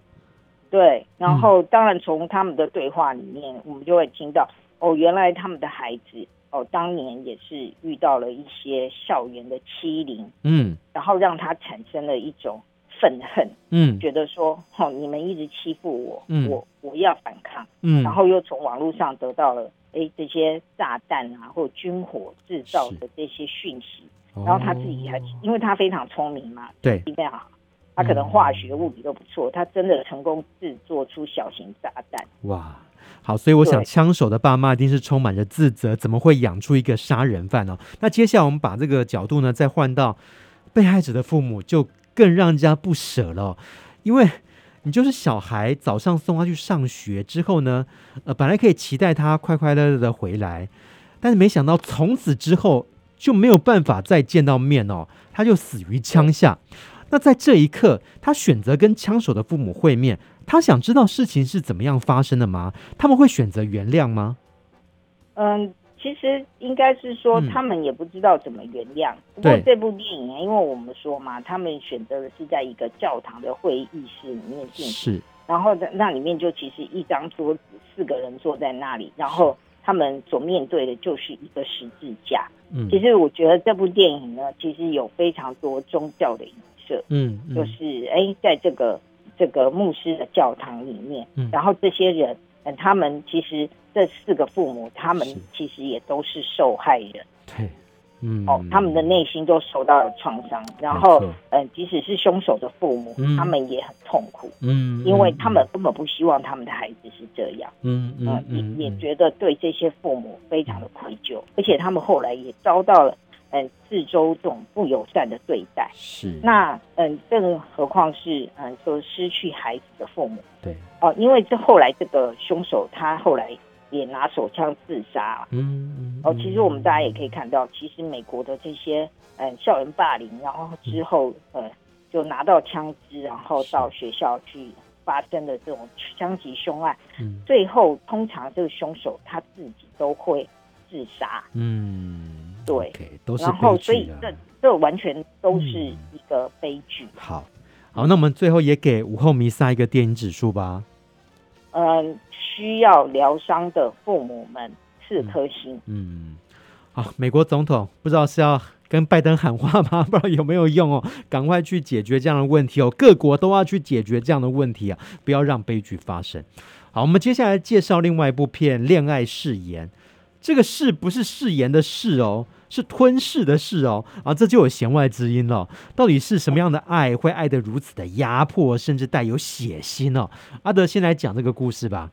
[SPEAKER 3] 对。然后
[SPEAKER 2] 嗯
[SPEAKER 3] 当然从他们的对话里面，我们就会听到哦，原来他们的孩子哦，当年也是遇到了一些校园的欺凌，
[SPEAKER 2] 嗯
[SPEAKER 3] 然后让他产生了一种愤恨，
[SPEAKER 2] 嗯
[SPEAKER 3] 觉得说，哦，你们一直欺负我，
[SPEAKER 2] 嗯
[SPEAKER 3] 我我要反抗，
[SPEAKER 2] 嗯，
[SPEAKER 3] 然后又从网络上得到了，哎，这些炸弹啊或军火制造的这些讯息，然后他自己还
[SPEAKER 2] 哦，嗯
[SPEAKER 3] 因为他非常聪明嘛，
[SPEAKER 2] 对
[SPEAKER 3] 非常好，他可能化学、物理都不错，他真的成功制作出小型炸弹，
[SPEAKER 2] 哇。好，所以我想，
[SPEAKER 3] 对
[SPEAKER 2] 枪手的爸妈一定是充满着自责，怎么会养出一个杀人犯呢、那接下来我们把这个角度呢，再换到被害者的父母，就更让人家不舍了哦，因为你就是小孩，早上送他去上学之后呢，呃，本来可以期待他快快乐乐的回来，但是没想到从此之后就没有办法再见到面哦，他就死于枪下。那在这一刻，他选择跟枪手的父母会面，他想知道事情是怎么样发生的吗？他们会选择原谅吗？
[SPEAKER 3] 嗯。其实应该是说，
[SPEAKER 2] 嗯
[SPEAKER 3] 他们也不知道怎么原谅。不过
[SPEAKER 2] 对
[SPEAKER 3] 这部电影啊，因为我们说嘛，他们选择的是在一个教堂的会议室里面进行。
[SPEAKER 2] 是，
[SPEAKER 3] 然后在那里面就其实一张桌子，四个人坐在那里，然后他们所面对的就是一个十字架。
[SPEAKER 2] 嗯
[SPEAKER 3] 其实我觉得这部电影呢，其实有非常多宗教的影射，
[SPEAKER 2] 嗯嗯
[SPEAKER 3] 就是哎，在这个这个牧师的教堂里面，
[SPEAKER 2] 嗯
[SPEAKER 3] 然后这些人，呃他们其实这四个父母，他们
[SPEAKER 2] 是
[SPEAKER 3] 其实也都是受害人。
[SPEAKER 2] 对，嗯
[SPEAKER 3] 哦，他们的内心都受到了创伤，然后
[SPEAKER 2] 没错，
[SPEAKER 3] 嗯、即使是凶手的父母，
[SPEAKER 2] 嗯
[SPEAKER 3] 他们也很痛苦，
[SPEAKER 2] 嗯，嗯
[SPEAKER 3] 因为他们根本不希望他们的孩子是这样，
[SPEAKER 2] 嗯
[SPEAKER 3] 呃
[SPEAKER 2] 嗯嗯
[SPEAKER 3] 也也
[SPEAKER 2] 嗯
[SPEAKER 3] 觉得对这些父母非常的愧疚，而且他们后来也遭到了嗯四周这种不友善的对待。
[SPEAKER 2] 是
[SPEAKER 3] 那嗯，更何况是嗯，说失去孩子的父母
[SPEAKER 2] 对，
[SPEAKER 3] 哦、因为这后来这个凶手他后来也拿手枪自杀了。
[SPEAKER 2] 嗯嗯
[SPEAKER 3] 哦，其实我们大家也可
[SPEAKER 2] 以
[SPEAKER 3] 以看到，其实美国的这些嗯校园霸凌，然后之后呃就拿到枪支，然后到学校去发生的这种枪击凶案，
[SPEAKER 2] 嗯
[SPEAKER 3] 最后通常这个凶手他自己都会自杀，
[SPEAKER 2] 嗯
[SPEAKER 3] 对
[SPEAKER 2] OK，都是
[SPEAKER 3] 然后
[SPEAKER 2] 悲
[SPEAKER 3] 所以
[SPEAKER 2] 剧啊
[SPEAKER 3] 这这完全都是
[SPEAKER 2] 嗯
[SPEAKER 3] 一个悲剧。
[SPEAKER 2] 好好，那我们最后也给午后弥撒一个电影指数吧。
[SPEAKER 3] 嗯，需要疗伤的父母们四颗星。
[SPEAKER 2] 嗯，好，美国总统不知道是要跟拜登喊话吗？ [laughs] 不知道有没有用哦，赶快去解决这样的问题哦，各国都要去解决这样的问题啊，不要让悲剧发生。好，我们接下来介绍另外一部片《恋爱誓言》，这个“誓”不是誓言的“誓”哦。是吞噬的噬哦，啊，这就有弦外之音了。到底是什么样的爱会爱得如此的压迫，甚至带有血腥哦？阿德先来讲这个故事吧。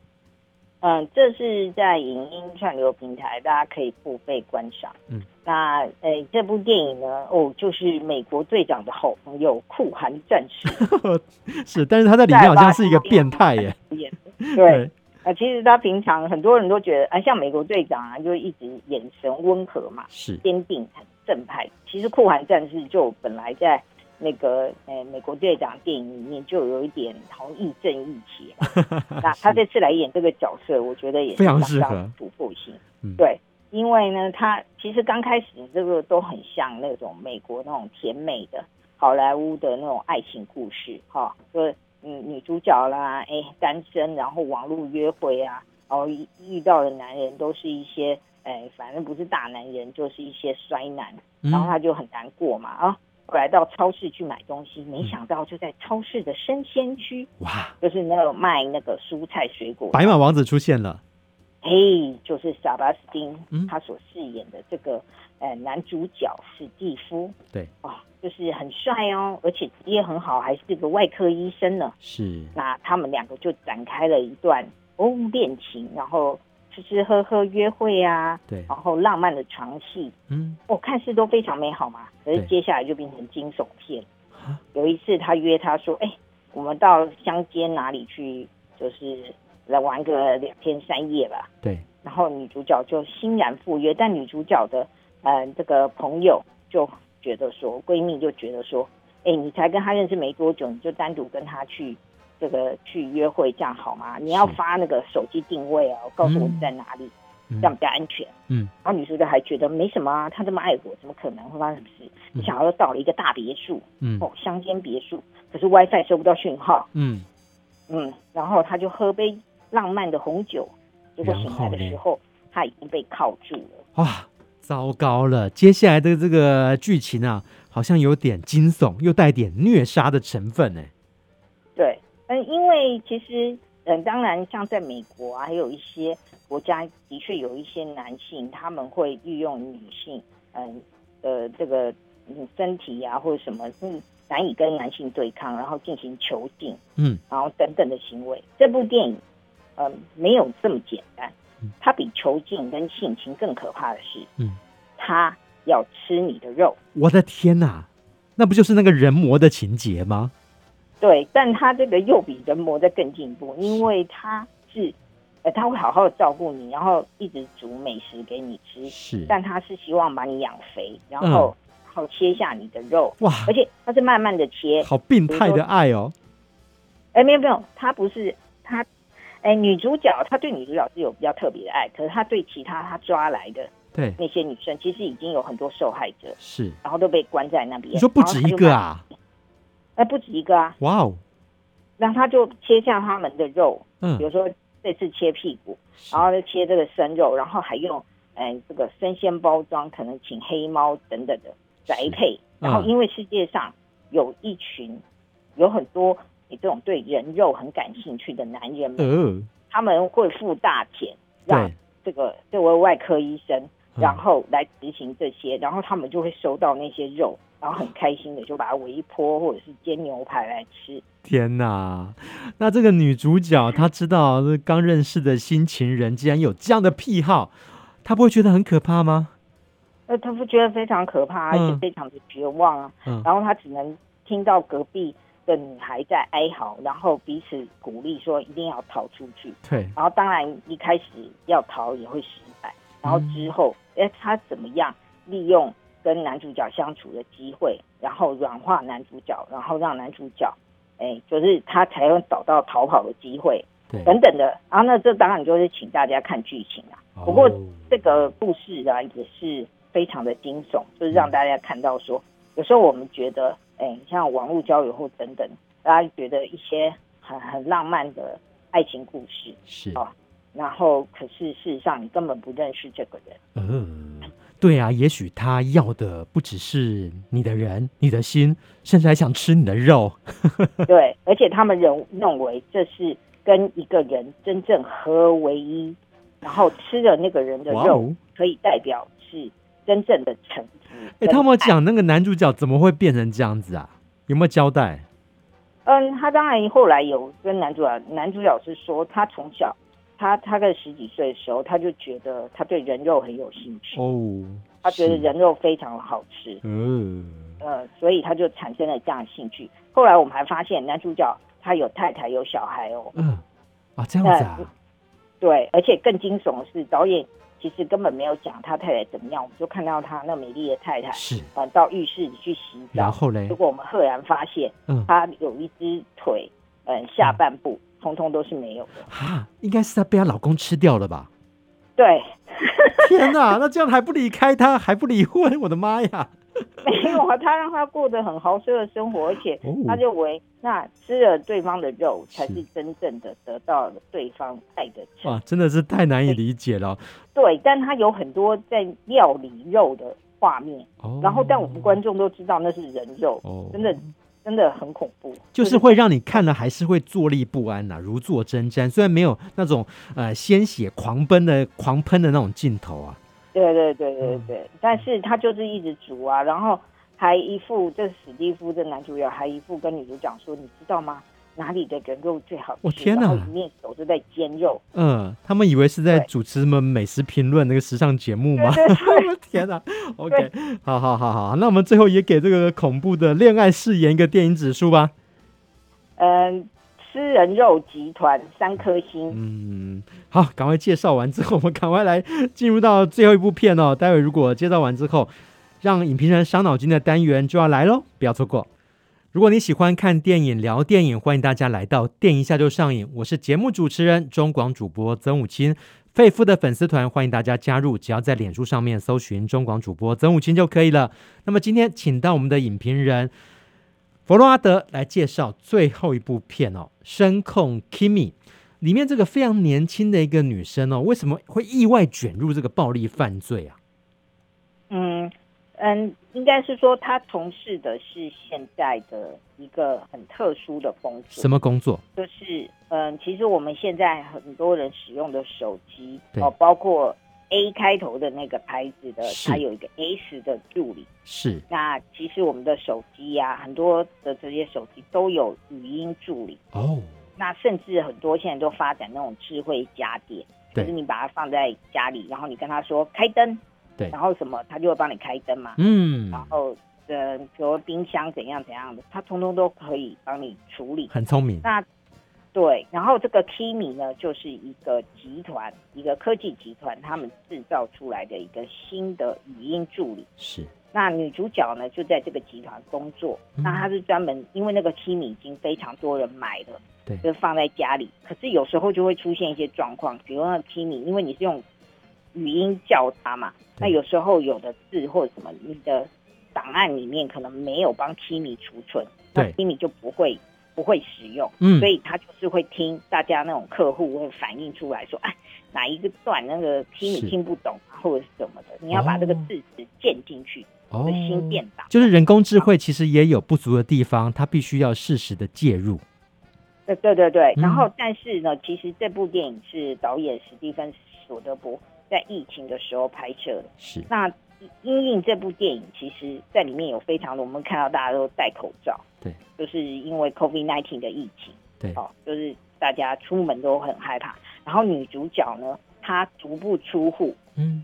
[SPEAKER 3] 嗯，这是在影音串流平台，大家可以付费观赏。
[SPEAKER 2] 嗯，
[SPEAKER 3] 那呃，这部电影呢，哦，就是美国队长的好朋友酷寒战
[SPEAKER 2] [laughs]
[SPEAKER 3] 士
[SPEAKER 2] 是，但是他在里面好像是一个变态耶。
[SPEAKER 3] [laughs] 演的。对，，呃，其实他平常很多人都觉得，啊，像美国队长啊，就一直眼神温和嘛，
[SPEAKER 2] 是，
[SPEAKER 3] 坚定很正派。其实酷寒战士就本来在那个呃美国队长电影里面就有一点好像亦正亦邪吧，
[SPEAKER 2] [laughs]
[SPEAKER 3] 那他这次来演这个角色，我觉得也是
[SPEAKER 2] 非常适
[SPEAKER 3] 相当
[SPEAKER 2] 合
[SPEAKER 3] 突破性。
[SPEAKER 2] 嗯
[SPEAKER 3] 对，因为呢，他其实刚开始这个都很像那种美国那种甜美的好莱坞的那种爱情故事，哈、就是嗯女主角啦，哎单身，然后网络约会啊，然后遇遇到的男人都是一些。哎，反正不是大男人，就是一些衰男，然
[SPEAKER 2] 嗯
[SPEAKER 3] 后他就很难过嘛啊。后来到超市去买东西，
[SPEAKER 2] 嗯
[SPEAKER 3] 没想到就在超市的生鲜区，
[SPEAKER 2] 哇，
[SPEAKER 3] 就是那个卖那个蔬菜水果，
[SPEAKER 2] 白马王子出现了，
[SPEAKER 3] 哎，就是萨巴斯汀
[SPEAKER 2] 嗯
[SPEAKER 3] 他所饰演的这个呃男主角史蒂夫，
[SPEAKER 2] 对，
[SPEAKER 3] 哦，就是很帅哦，而且职业很好，还是个外科医生呢。
[SPEAKER 2] 是，
[SPEAKER 3] 那他们两个就展开了一段哦恋情，然后吃吃喝喝约会啊，
[SPEAKER 2] 对，
[SPEAKER 3] 然后浪漫的床戏，
[SPEAKER 2] 嗯，
[SPEAKER 3] 哦，看似都非常美好嘛，可是
[SPEAKER 2] 对
[SPEAKER 3] 接下来就变成惊悚片
[SPEAKER 2] 啊。
[SPEAKER 3] 有一次他约他说：“哎、我们到乡间哪里去，就是来玩个两天三夜吧。
[SPEAKER 2] 对，
[SPEAKER 3] 然后女主角就欣然赴约，但女主角的呃这个朋友就觉得说，闺蜜就觉得说，哎，你才跟他认识没多久，你就单独跟他去这个去约会，这样好吗？你要
[SPEAKER 2] 是
[SPEAKER 3] 发那个手机定位哦，告诉我
[SPEAKER 2] 嗯
[SPEAKER 3] 你在哪里，
[SPEAKER 2] 嗯
[SPEAKER 3] 这样比较安全。
[SPEAKER 2] 嗯，
[SPEAKER 3] 然后女主角还觉得没什么啊，她这么爱我，怎么可能会发生什么事？
[SPEAKER 2] 嗯
[SPEAKER 3] 没想到到了一个大别墅，
[SPEAKER 2] 嗯
[SPEAKER 3] 哦，乡间别墅，可是 WiFi 收不到讯号，
[SPEAKER 2] 嗯，
[SPEAKER 3] 嗯，然后他就喝杯浪漫的红酒，结果醒来的时候，他已经被铐住了。
[SPEAKER 2] 哇，糟糕了！接下来的这个剧情啊，好像有点惊悚，又带点虐杀的成分呢。
[SPEAKER 3] 对，嗯，因为其实，嗯，当然像在美国啊，还有一些国家的确有一些男性他们会利用女性，嗯，呃，这个嗯身体啊或者什么，嗯，难以跟男性对抗，然后进行囚禁，
[SPEAKER 2] 嗯，
[SPEAKER 3] 然后等等的行为。这部电影，呃，没有这么简单
[SPEAKER 2] 嗯，
[SPEAKER 3] 它比囚禁跟性侵更可怕的是，
[SPEAKER 2] 嗯，
[SPEAKER 3] 它要吃你的肉。
[SPEAKER 2] 我的天哪，那不就是那个人魔的情节吗？
[SPEAKER 3] 对，但它这个又比人魔的更进步，因为它是，呃，它会好好照顾你，然后一直煮美食给你吃，
[SPEAKER 2] 是，
[SPEAKER 3] 但它是希望把你养肥，然后、
[SPEAKER 2] 嗯
[SPEAKER 3] 然后切下你的肉，
[SPEAKER 2] 哇，
[SPEAKER 3] 而且它是慢慢的切，
[SPEAKER 2] 好病态的爱哦。
[SPEAKER 3] 哎，没有没有，他不是他，哎，女主角她对女主角是有比较特别的爱，可是她对其他她抓来的
[SPEAKER 2] 对，
[SPEAKER 3] 那些女生，其实已经有很多受害者，
[SPEAKER 2] 是，
[SPEAKER 3] 然后都被关在那边。
[SPEAKER 2] 你说不止一个
[SPEAKER 3] 然后她就慢？
[SPEAKER 2] 啊？
[SPEAKER 3] 哎，不止一个啊，
[SPEAKER 2] 哇哦，
[SPEAKER 3] 然后她就切下他们的肉，
[SPEAKER 2] 嗯
[SPEAKER 3] 比，如说这次切屁股，
[SPEAKER 2] 是
[SPEAKER 3] 然后再切这个生肉，然后还用哎这个生鲜包装，可能请黑猫等等的宅配。
[SPEAKER 2] 嗯
[SPEAKER 3] 然后因为世界上有一群有很多你这种对人肉很感兴趣的男人们，
[SPEAKER 2] 呃，
[SPEAKER 3] 他们会付大钱让
[SPEAKER 2] 对，
[SPEAKER 3] 这个这位外科医生，
[SPEAKER 2] 嗯
[SPEAKER 3] 然后来执行这些，然后他们就会收到那些肉，然后很开心的就把它微波或者是煎牛排来吃。
[SPEAKER 2] 天哪！那这个女主角她知道这刚认识的新情人竟然有这样的癖好，她不会觉得很可怕吗？
[SPEAKER 3] 那他不觉得非常可怕，而且
[SPEAKER 2] 嗯
[SPEAKER 3] 非常的绝望啊。
[SPEAKER 2] 嗯，
[SPEAKER 3] 然后他只能听到隔壁的女孩在哀嚎，然后彼此鼓励说一定要逃出去。
[SPEAKER 2] 对，
[SPEAKER 3] 然后当然一开始要逃也会失败，然后之后，哎，他怎么样利用跟男主角相处的机会，然后软化男主角，然后让男主角，哎，就是他才能找到逃跑的机会
[SPEAKER 2] 对，
[SPEAKER 3] 等等的。然后那这当然就是请大家看剧情啊。不过
[SPEAKER 2] 哦
[SPEAKER 3] 这个故事啊也是非常的惊悚，就是让大家看到说，有时候我们觉得，哎，像网络交友或等等，大家觉得一些很很浪漫的爱情故事，
[SPEAKER 2] 是，
[SPEAKER 3] 哦然后可是事实上你根本不认识这个
[SPEAKER 2] [laughs]
[SPEAKER 3] 人，
[SPEAKER 2] 呃，对啊，也许她要的不只是你的人、你的心，甚至还想吃你的肉。
[SPEAKER 3] 对，而且他们认认为这是跟一个人真正合为一，然后吃了那个人的
[SPEAKER 2] 哇
[SPEAKER 3] 肉
[SPEAKER 2] 哦，
[SPEAKER 3] 可以代表是真正的诚挚。
[SPEAKER 2] 哎，他们
[SPEAKER 3] 跟爱
[SPEAKER 2] 讲那个男主角怎么会变成这样子啊？有没有交代？
[SPEAKER 3] 嗯，他当然后来有跟男主角，男主角是说他从小，他他在十几岁的时候，他就觉得他对人肉很有兴趣，
[SPEAKER 2] 哦，
[SPEAKER 3] 他觉得
[SPEAKER 2] 是，
[SPEAKER 3] 人肉非常好吃，
[SPEAKER 2] 呃，
[SPEAKER 3] 呃，所以他就产生了这样的兴趣。后来我们还发现男主角他有太太有小孩哦，
[SPEAKER 2] 嗯，啊，这样子啊，
[SPEAKER 3] 对，而且更惊悚的是导演其实根本没有讲他太太怎么样，我们就看到他那美丽的太太，
[SPEAKER 2] 是，嗯
[SPEAKER 3] 呃，到浴室里去洗
[SPEAKER 2] 然
[SPEAKER 3] 澡，
[SPEAKER 2] 后嘞
[SPEAKER 3] 结，果我们赫然发现
[SPEAKER 2] 嗯。
[SPEAKER 3] 他有一只腿，嗯，下半部通通都是没有的。
[SPEAKER 2] 啊，应该是她被她老公吃掉了吧？
[SPEAKER 3] [laughs] 对，
[SPEAKER 2] 天哪，那这样还不离开她，还不离婚，我的妈呀！
[SPEAKER 3] 没有啊，他让他过得很豪奢的生活，而且
[SPEAKER 2] 哦
[SPEAKER 3] 他认为那吃了对方的肉才
[SPEAKER 2] 是
[SPEAKER 3] 是真正的得到了对方爱的
[SPEAKER 2] 哇
[SPEAKER 3] 诚。，
[SPEAKER 2] 真的是太难以理解了。
[SPEAKER 3] 对，但他有很多在料理肉的画面，
[SPEAKER 2] 哦，
[SPEAKER 3] 然后但我们观众都知道那是人肉，
[SPEAKER 2] 哦
[SPEAKER 3] 真的真的很恐怖，
[SPEAKER 2] 就是会让你看了还是会坐立不安呐、如坐针毡。虽然没有那种呃鲜血狂奔的狂喷的那种镜头啊，
[SPEAKER 3] 对对对对
[SPEAKER 2] 嗯
[SPEAKER 3] 对，但是他就是一直煮啊，然后还一副这史蒂夫这男主角还一副跟女主角说，你知道吗？哪里的人肉最好吃？
[SPEAKER 2] 我天哪
[SPEAKER 3] 然后里面手都在煎肉，
[SPEAKER 2] 嗯，他们以为是在
[SPEAKER 3] 对
[SPEAKER 2] 主持什么美食评论那个时尚节
[SPEAKER 3] [laughs]
[SPEAKER 2] 目吗？ [laughs]
[SPEAKER 3] 对对对
[SPEAKER 2] 我的天哪、o k 好好好好，那我们最后也给这个恐怖的恋爱誓言一个电影指数吧。
[SPEAKER 3] 嗯，私人肉集团三颗星。
[SPEAKER 2] 嗯，好，赶快介绍完之后，我们赶快来进入到最后一部片哦。待会如果介绍完之后，让影评人伤脑筋的单元就要来喽，不要错过。如果你喜欢看电影、聊电影，欢迎大家来到“电影一下就上瘾”。我是节目主持人中广主播曾武清，肺夫的粉丝团欢迎大家加入，只要在脸书上面搜寻中广主播曾武清就可以了。那么今天请到我们的影评人弗洛阿德来介绍最后一部片哦，《声控 Kimi》。里面这个非常年轻的一个女生哦，为什么会意外卷入这个暴力犯罪啊？
[SPEAKER 3] 嗯嗯，应该是说他从事的是现在的一个很特殊的工作。
[SPEAKER 2] 什么工作？
[SPEAKER 3] 就是嗯，其实我们现在很多人使用的手机
[SPEAKER 2] 对
[SPEAKER 3] 哦，包括 A 开头的那个牌子的，
[SPEAKER 2] 是
[SPEAKER 3] 它有一个 S 的助理。
[SPEAKER 2] 是
[SPEAKER 3] 那其实我们的手机呀、很多的这些手机都有语音助理。
[SPEAKER 2] 哦，
[SPEAKER 3] 那甚至很多现在都发展那种智慧家电，
[SPEAKER 2] 对
[SPEAKER 3] 就是你把它放在家里，然后你跟他说开灯，
[SPEAKER 2] 对
[SPEAKER 3] 然后什么，它就会帮你开灯嘛。
[SPEAKER 2] 嗯，
[SPEAKER 3] 然后呃，比如冰箱怎样怎样的，它通通都可以帮你处理。
[SPEAKER 2] 很聪明，
[SPEAKER 3] 那对，然后这个 Kimi 呢，就是一个集团，一个科技集团，他们制造出来的一个新的语音助理。
[SPEAKER 2] 是
[SPEAKER 3] 那女主角呢，就在这个集团工作。
[SPEAKER 2] 嗯
[SPEAKER 3] 那她是专门，因为那个 Kimi 已经非常多人买了，
[SPEAKER 2] 对
[SPEAKER 3] 就是放在家里。可是有时候就会出现一些状况，比如那个 Kimi，因为你是用语音叫他嘛，
[SPEAKER 2] 对
[SPEAKER 3] 那有时候有的字或什么，你的档案里面可能没有帮 Kimi 储存，那
[SPEAKER 2] 对
[SPEAKER 3] Kimi 就不会不会使用。
[SPEAKER 2] 嗯
[SPEAKER 3] 所以他就是会听大家那种客户会反映出来说，哎，哪一个段那个听
[SPEAKER 2] 是
[SPEAKER 3] 你听不懂啊，或者是什么的，你要把这个
[SPEAKER 2] 哦
[SPEAKER 3] 字词建进去，
[SPEAKER 2] 哦
[SPEAKER 3] 的新变档。
[SPEAKER 2] 就是人工智慧其实也有不足的地方，它必须要适时的介入。
[SPEAKER 3] 对对对对，
[SPEAKER 2] 嗯
[SPEAKER 3] 然后但是呢，其实这部电影是导演史蒂芬索德伯在疫情的时候拍摄的。
[SPEAKER 2] 是
[SPEAKER 3] 那因应这部电影，其实在里面有非常多，我们看到大家都戴口罩，
[SPEAKER 2] 对，
[SPEAKER 3] 就是因为 COVID 1 9的疫情，
[SPEAKER 2] 对
[SPEAKER 3] 哦，就是大家出门都很害怕。然后女主角呢，她足不出户，
[SPEAKER 2] 嗯，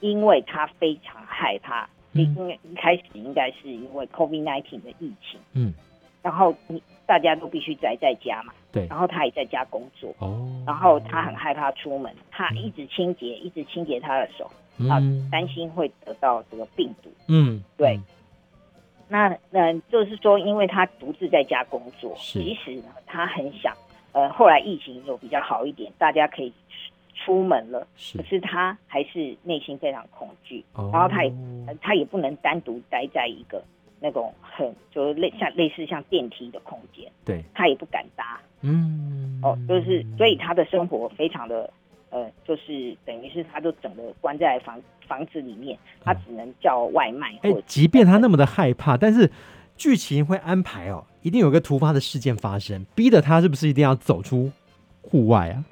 [SPEAKER 3] 因为她非常害怕，
[SPEAKER 2] 嗯
[SPEAKER 3] 因为一开始应该是因为 COVID 1 9的疫情，
[SPEAKER 2] 嗯，
[SPEAKER 3] 然后你大家都必须宅在家嘛，
[SPEAKER 2] 对
[SPEAKER 3] 然后她也在家工作，
[SPEAKER 2] 哦，
[SPEAKER 3] 然后她很害怕出门，她
[SPEAKER 2] 嗯
[SPEAKER 3] 一直清洁，一直清洁她的手，啊
[SPEAKER 2] 嗯
[SPEAKER 3] 担心会得到这个病毒。
[SPEAKER 2] 嗯
[SPEAKER 3] 对
[SPEAKER 2] 嗯
[SPEAKER 3] 那嗯、呃就是说，因为他独自在家工作，
[SPEAKER 2] 是
[SPEAKER 3] 其实呢，他很想，呃，后来疫情有比较好一点，大家可以出门了，可
[SPEAKER 2] 是
[SPEAKER 3] 是他还是内心非常恐惧，
[SPEAKER 2] 哦，
[SPEAKER 3] 然后他也、呃他也不能单独待在一个那种很就是类像类似像电梯的空间，
[SPEAKER 2] 对
[SPEAKER 3] 他也不敢搭
[SPEAKER 2] 嗯
[SPEAKER 3] 哦，就是所以他的生活非常的。呃，就是等于是他都整个关在房房子里面，他
[SPEAKER 2] 嗯
[SPEAKER 3] 只能叫外卖或
[SPEAKER 2] 哎
[SPEAKER 3] 者，
[SPEAKER 2] 即便他那么的害怕，但是剧情会安排哦，一定有个突发的事件发生，逼得他是不是一定要走出户外啊？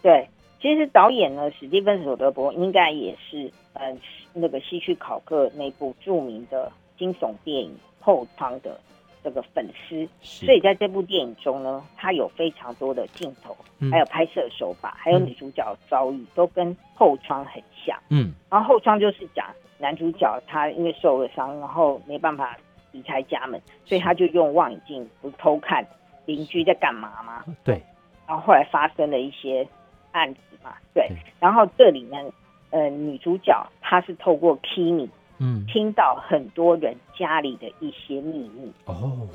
[SPEAKER 3] 对，其实导演呢，史蒂芬·索德伯应该也是呃那个西区考克那部著名的惊悚电影《后窗》的这个粉丝，
[SPEAKER 2] 是
[SPEAKER 3] 所以在这部电影中呢，他有非常多的镜头，
[SPEAKER 2] 嗯
[SPEAKER 3] 还有拍摄手法，还有女主角的遭遇都跟《后窗》很像。
[SPEAKER 2] 嗯
[SPEAKER 3] 然后《后窗》就是讲男主角他因为受了伤，然后没办法离开家门，所以他就用望远镜不是偷看邻居在干嘛吗？
[SPEAKER 2] 对，
[SPEAKER 3] 然后后来发生了一些案子嘛，对
[SPEAKER 2] 对。
[SPEAKER 3] 然后这里面，呃，女主角她是透过 Kimi
[SPEAKER 2] 嗯
[SPEAKER 3] 听到很多人家里的一些秘密，
[SPEAKER 2] 哦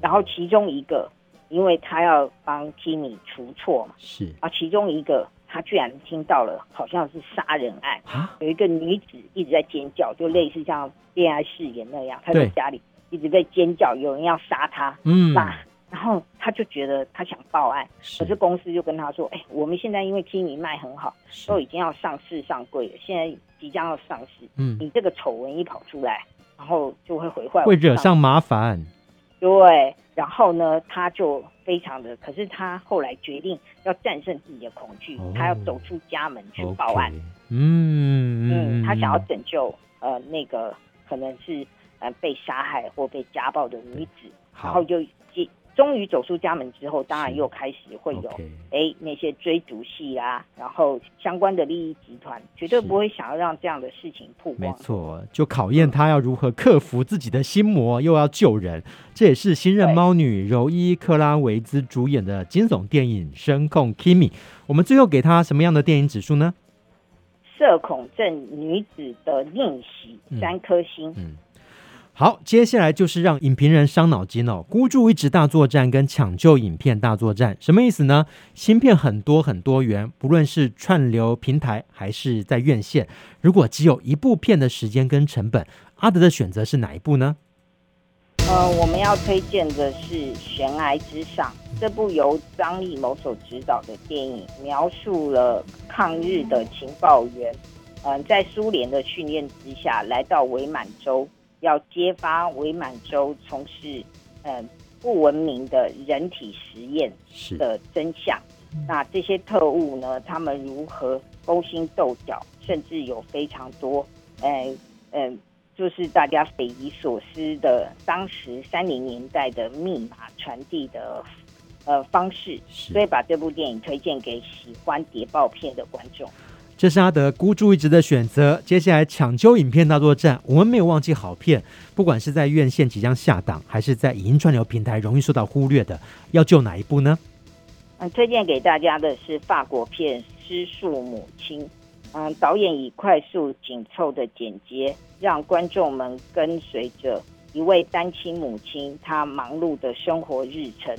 [SPEAKER 3] 然后其中一个，因为她要帮 Kimi 除错嘛，
[SPEAKER 2] 是
[SPEAKER 3] 啊，其中一个她居然听到了好像是杀人案，
[SPEAKER 2] 啊
[SPEAKER 3] 有一个女子一直在尖叫，就类似像恋爱誓言那样，她在
[SPEAKER 2] 对
[SPEAKER 3] 家里一直在尖叫，有人要杀她，
[SPEAKER 2] 嗯
[SPEAKER 3] 那、然后她就觉得她想报案。可是
[SPEAKER 2] 是
[SPEAKER 3] 公司就跟他说，哎、我们现在因为 Kimi 卖很好，都已经要上市上柜了，现在即将要上市，
[SPEAKER 2] 嗯
[SPEAKER 3] 你这个丑闻一跑出来，然后就会毁坏我
[SPEAKER 2] 会
[SPEAKER 3] 们
[SPEAKER 2] 惹
[SPEAKER 3] 上
[SPEAKER 2] 上麻烦
[SPEAKER 3] 对，然后呢，他就非常的，可是他后来决定要战胜自己的恐惧，
[SPEAKER 2] 哦
[SPEAKER 3] 他要走出家门去报案，
[SPEAKER 2] OK，嗯
[SPEAKER 3] 嗯，他想要拯救呃那个可能是呃被杀害或被家暴的女子，然
[SPEAKER 2] 好
[SPEAKER 3] 后就接终于走出家门之后，当然
[SPEAKER 2] 是
[SPEAKER 3] 又开始会有
[SPEAKER 2] OK，
[SPEAKER 3] 哎那些追逐戏啊，然后相关的利益集团绝对
[SPEAKER 2] 是
[SPEAKER 3] 不会想要让这样的事情曝
[SPEAKER 2] 没
[SPEAKER 3] 光。
[SPEAKER 2] 错，就考验他要如何克服自己的心魔，又要救人。这也是新任
[SPEAKER 3] 对
[SPEAKER 2] 猫女柔伊·克拉维兹主演的惊悚电影《声控 Kimi》。我们最后给她什么样的电影指数呢？
[SPEAKER 3] 社恐症女子的逆袭
[SPEAKER 2] 嗯
[SPEAKER 3] 三颗星，
[SPEAKER 2] 嗯，好，接下来就是让影评人伤脑筋哦，孤注一掷大作战跟抢救影片大作战，什么意思呢？芯片很多很多元，不论是串流平台还是在院线，如果只有一部片的时间跟成本，阿德的选择是哪一部呢？
[SPEAKER 3] 呃，我们要推荐的是《悬崖之上》这部由张艺谋所执导的电影，描述了抗日的情报员，嗯、在苏联的训练之下，来到伪满洲，要揭发伪满洲从事嗯、呃不文明的人体实验
[SPEAKER 2] 是
[SPEAKER 3] 的真相。那这些特务呢，他们如何勾心斗角，甚至有非常多，呃，呃，就是大家匪夷所思的当时三零年代的密码传递的呃方式，
[SPEAKER 2] 是
[SPEAKER 3] 所以把这部电影推荐给喜欢谍报片的观众。
[SPEAKER 2] 这是阿德孤注一掷的选择。接下来抢救影片大作战，我们没有忘记好片，不管是在院线即将下档，还是在影音串流平台容易受到忽略的，要救哪一部呢？
[SPEAKER 3] 嗯，推荐给大家的是法国片《失速母亲》。嗯，导演以快速紧凑的剪接，让观众们跟随着一位单亲母亲她忙碌的生活日程，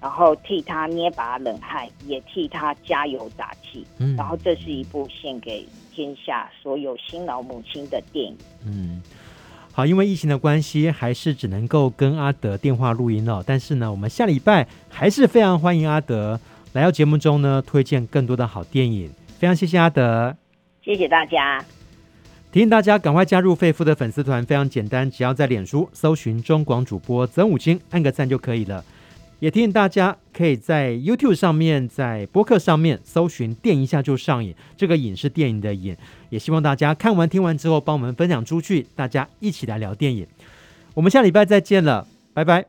[SPEAKER 3] 然后替她捏把冷汗，也替她加油打气。
[SPEAKER 2] 嗯
[SPEAKER 3] 然后这是一部献给天下所有新老母亲的电影。
[SPEAKER 2] 嗯，好，因为疫情的关系，还是只能够跟阿德电话录音哦。但是呢，我们下礼拜还是非常欢迎阿德来到节目中呢，推荐更多的好电影。非常谢谢阿德，
[SPEAKER 3] 谢谢大家。
[SPEAKER 2] 提醒大家赶快加入肺夫的粉丝团，非常简单，只要在脸书搜寻中广主播曾武清，按个赞就可以了。也提醒大家可以在 YouTube 上面，在播客上面搜寻“电一下就上瘾”，这个“瘾”是电影的“瘾”。也希望大家看完听完之后，帮我们分享出去，大家一起来聊电影。我们下礼拜再见了，拜拜。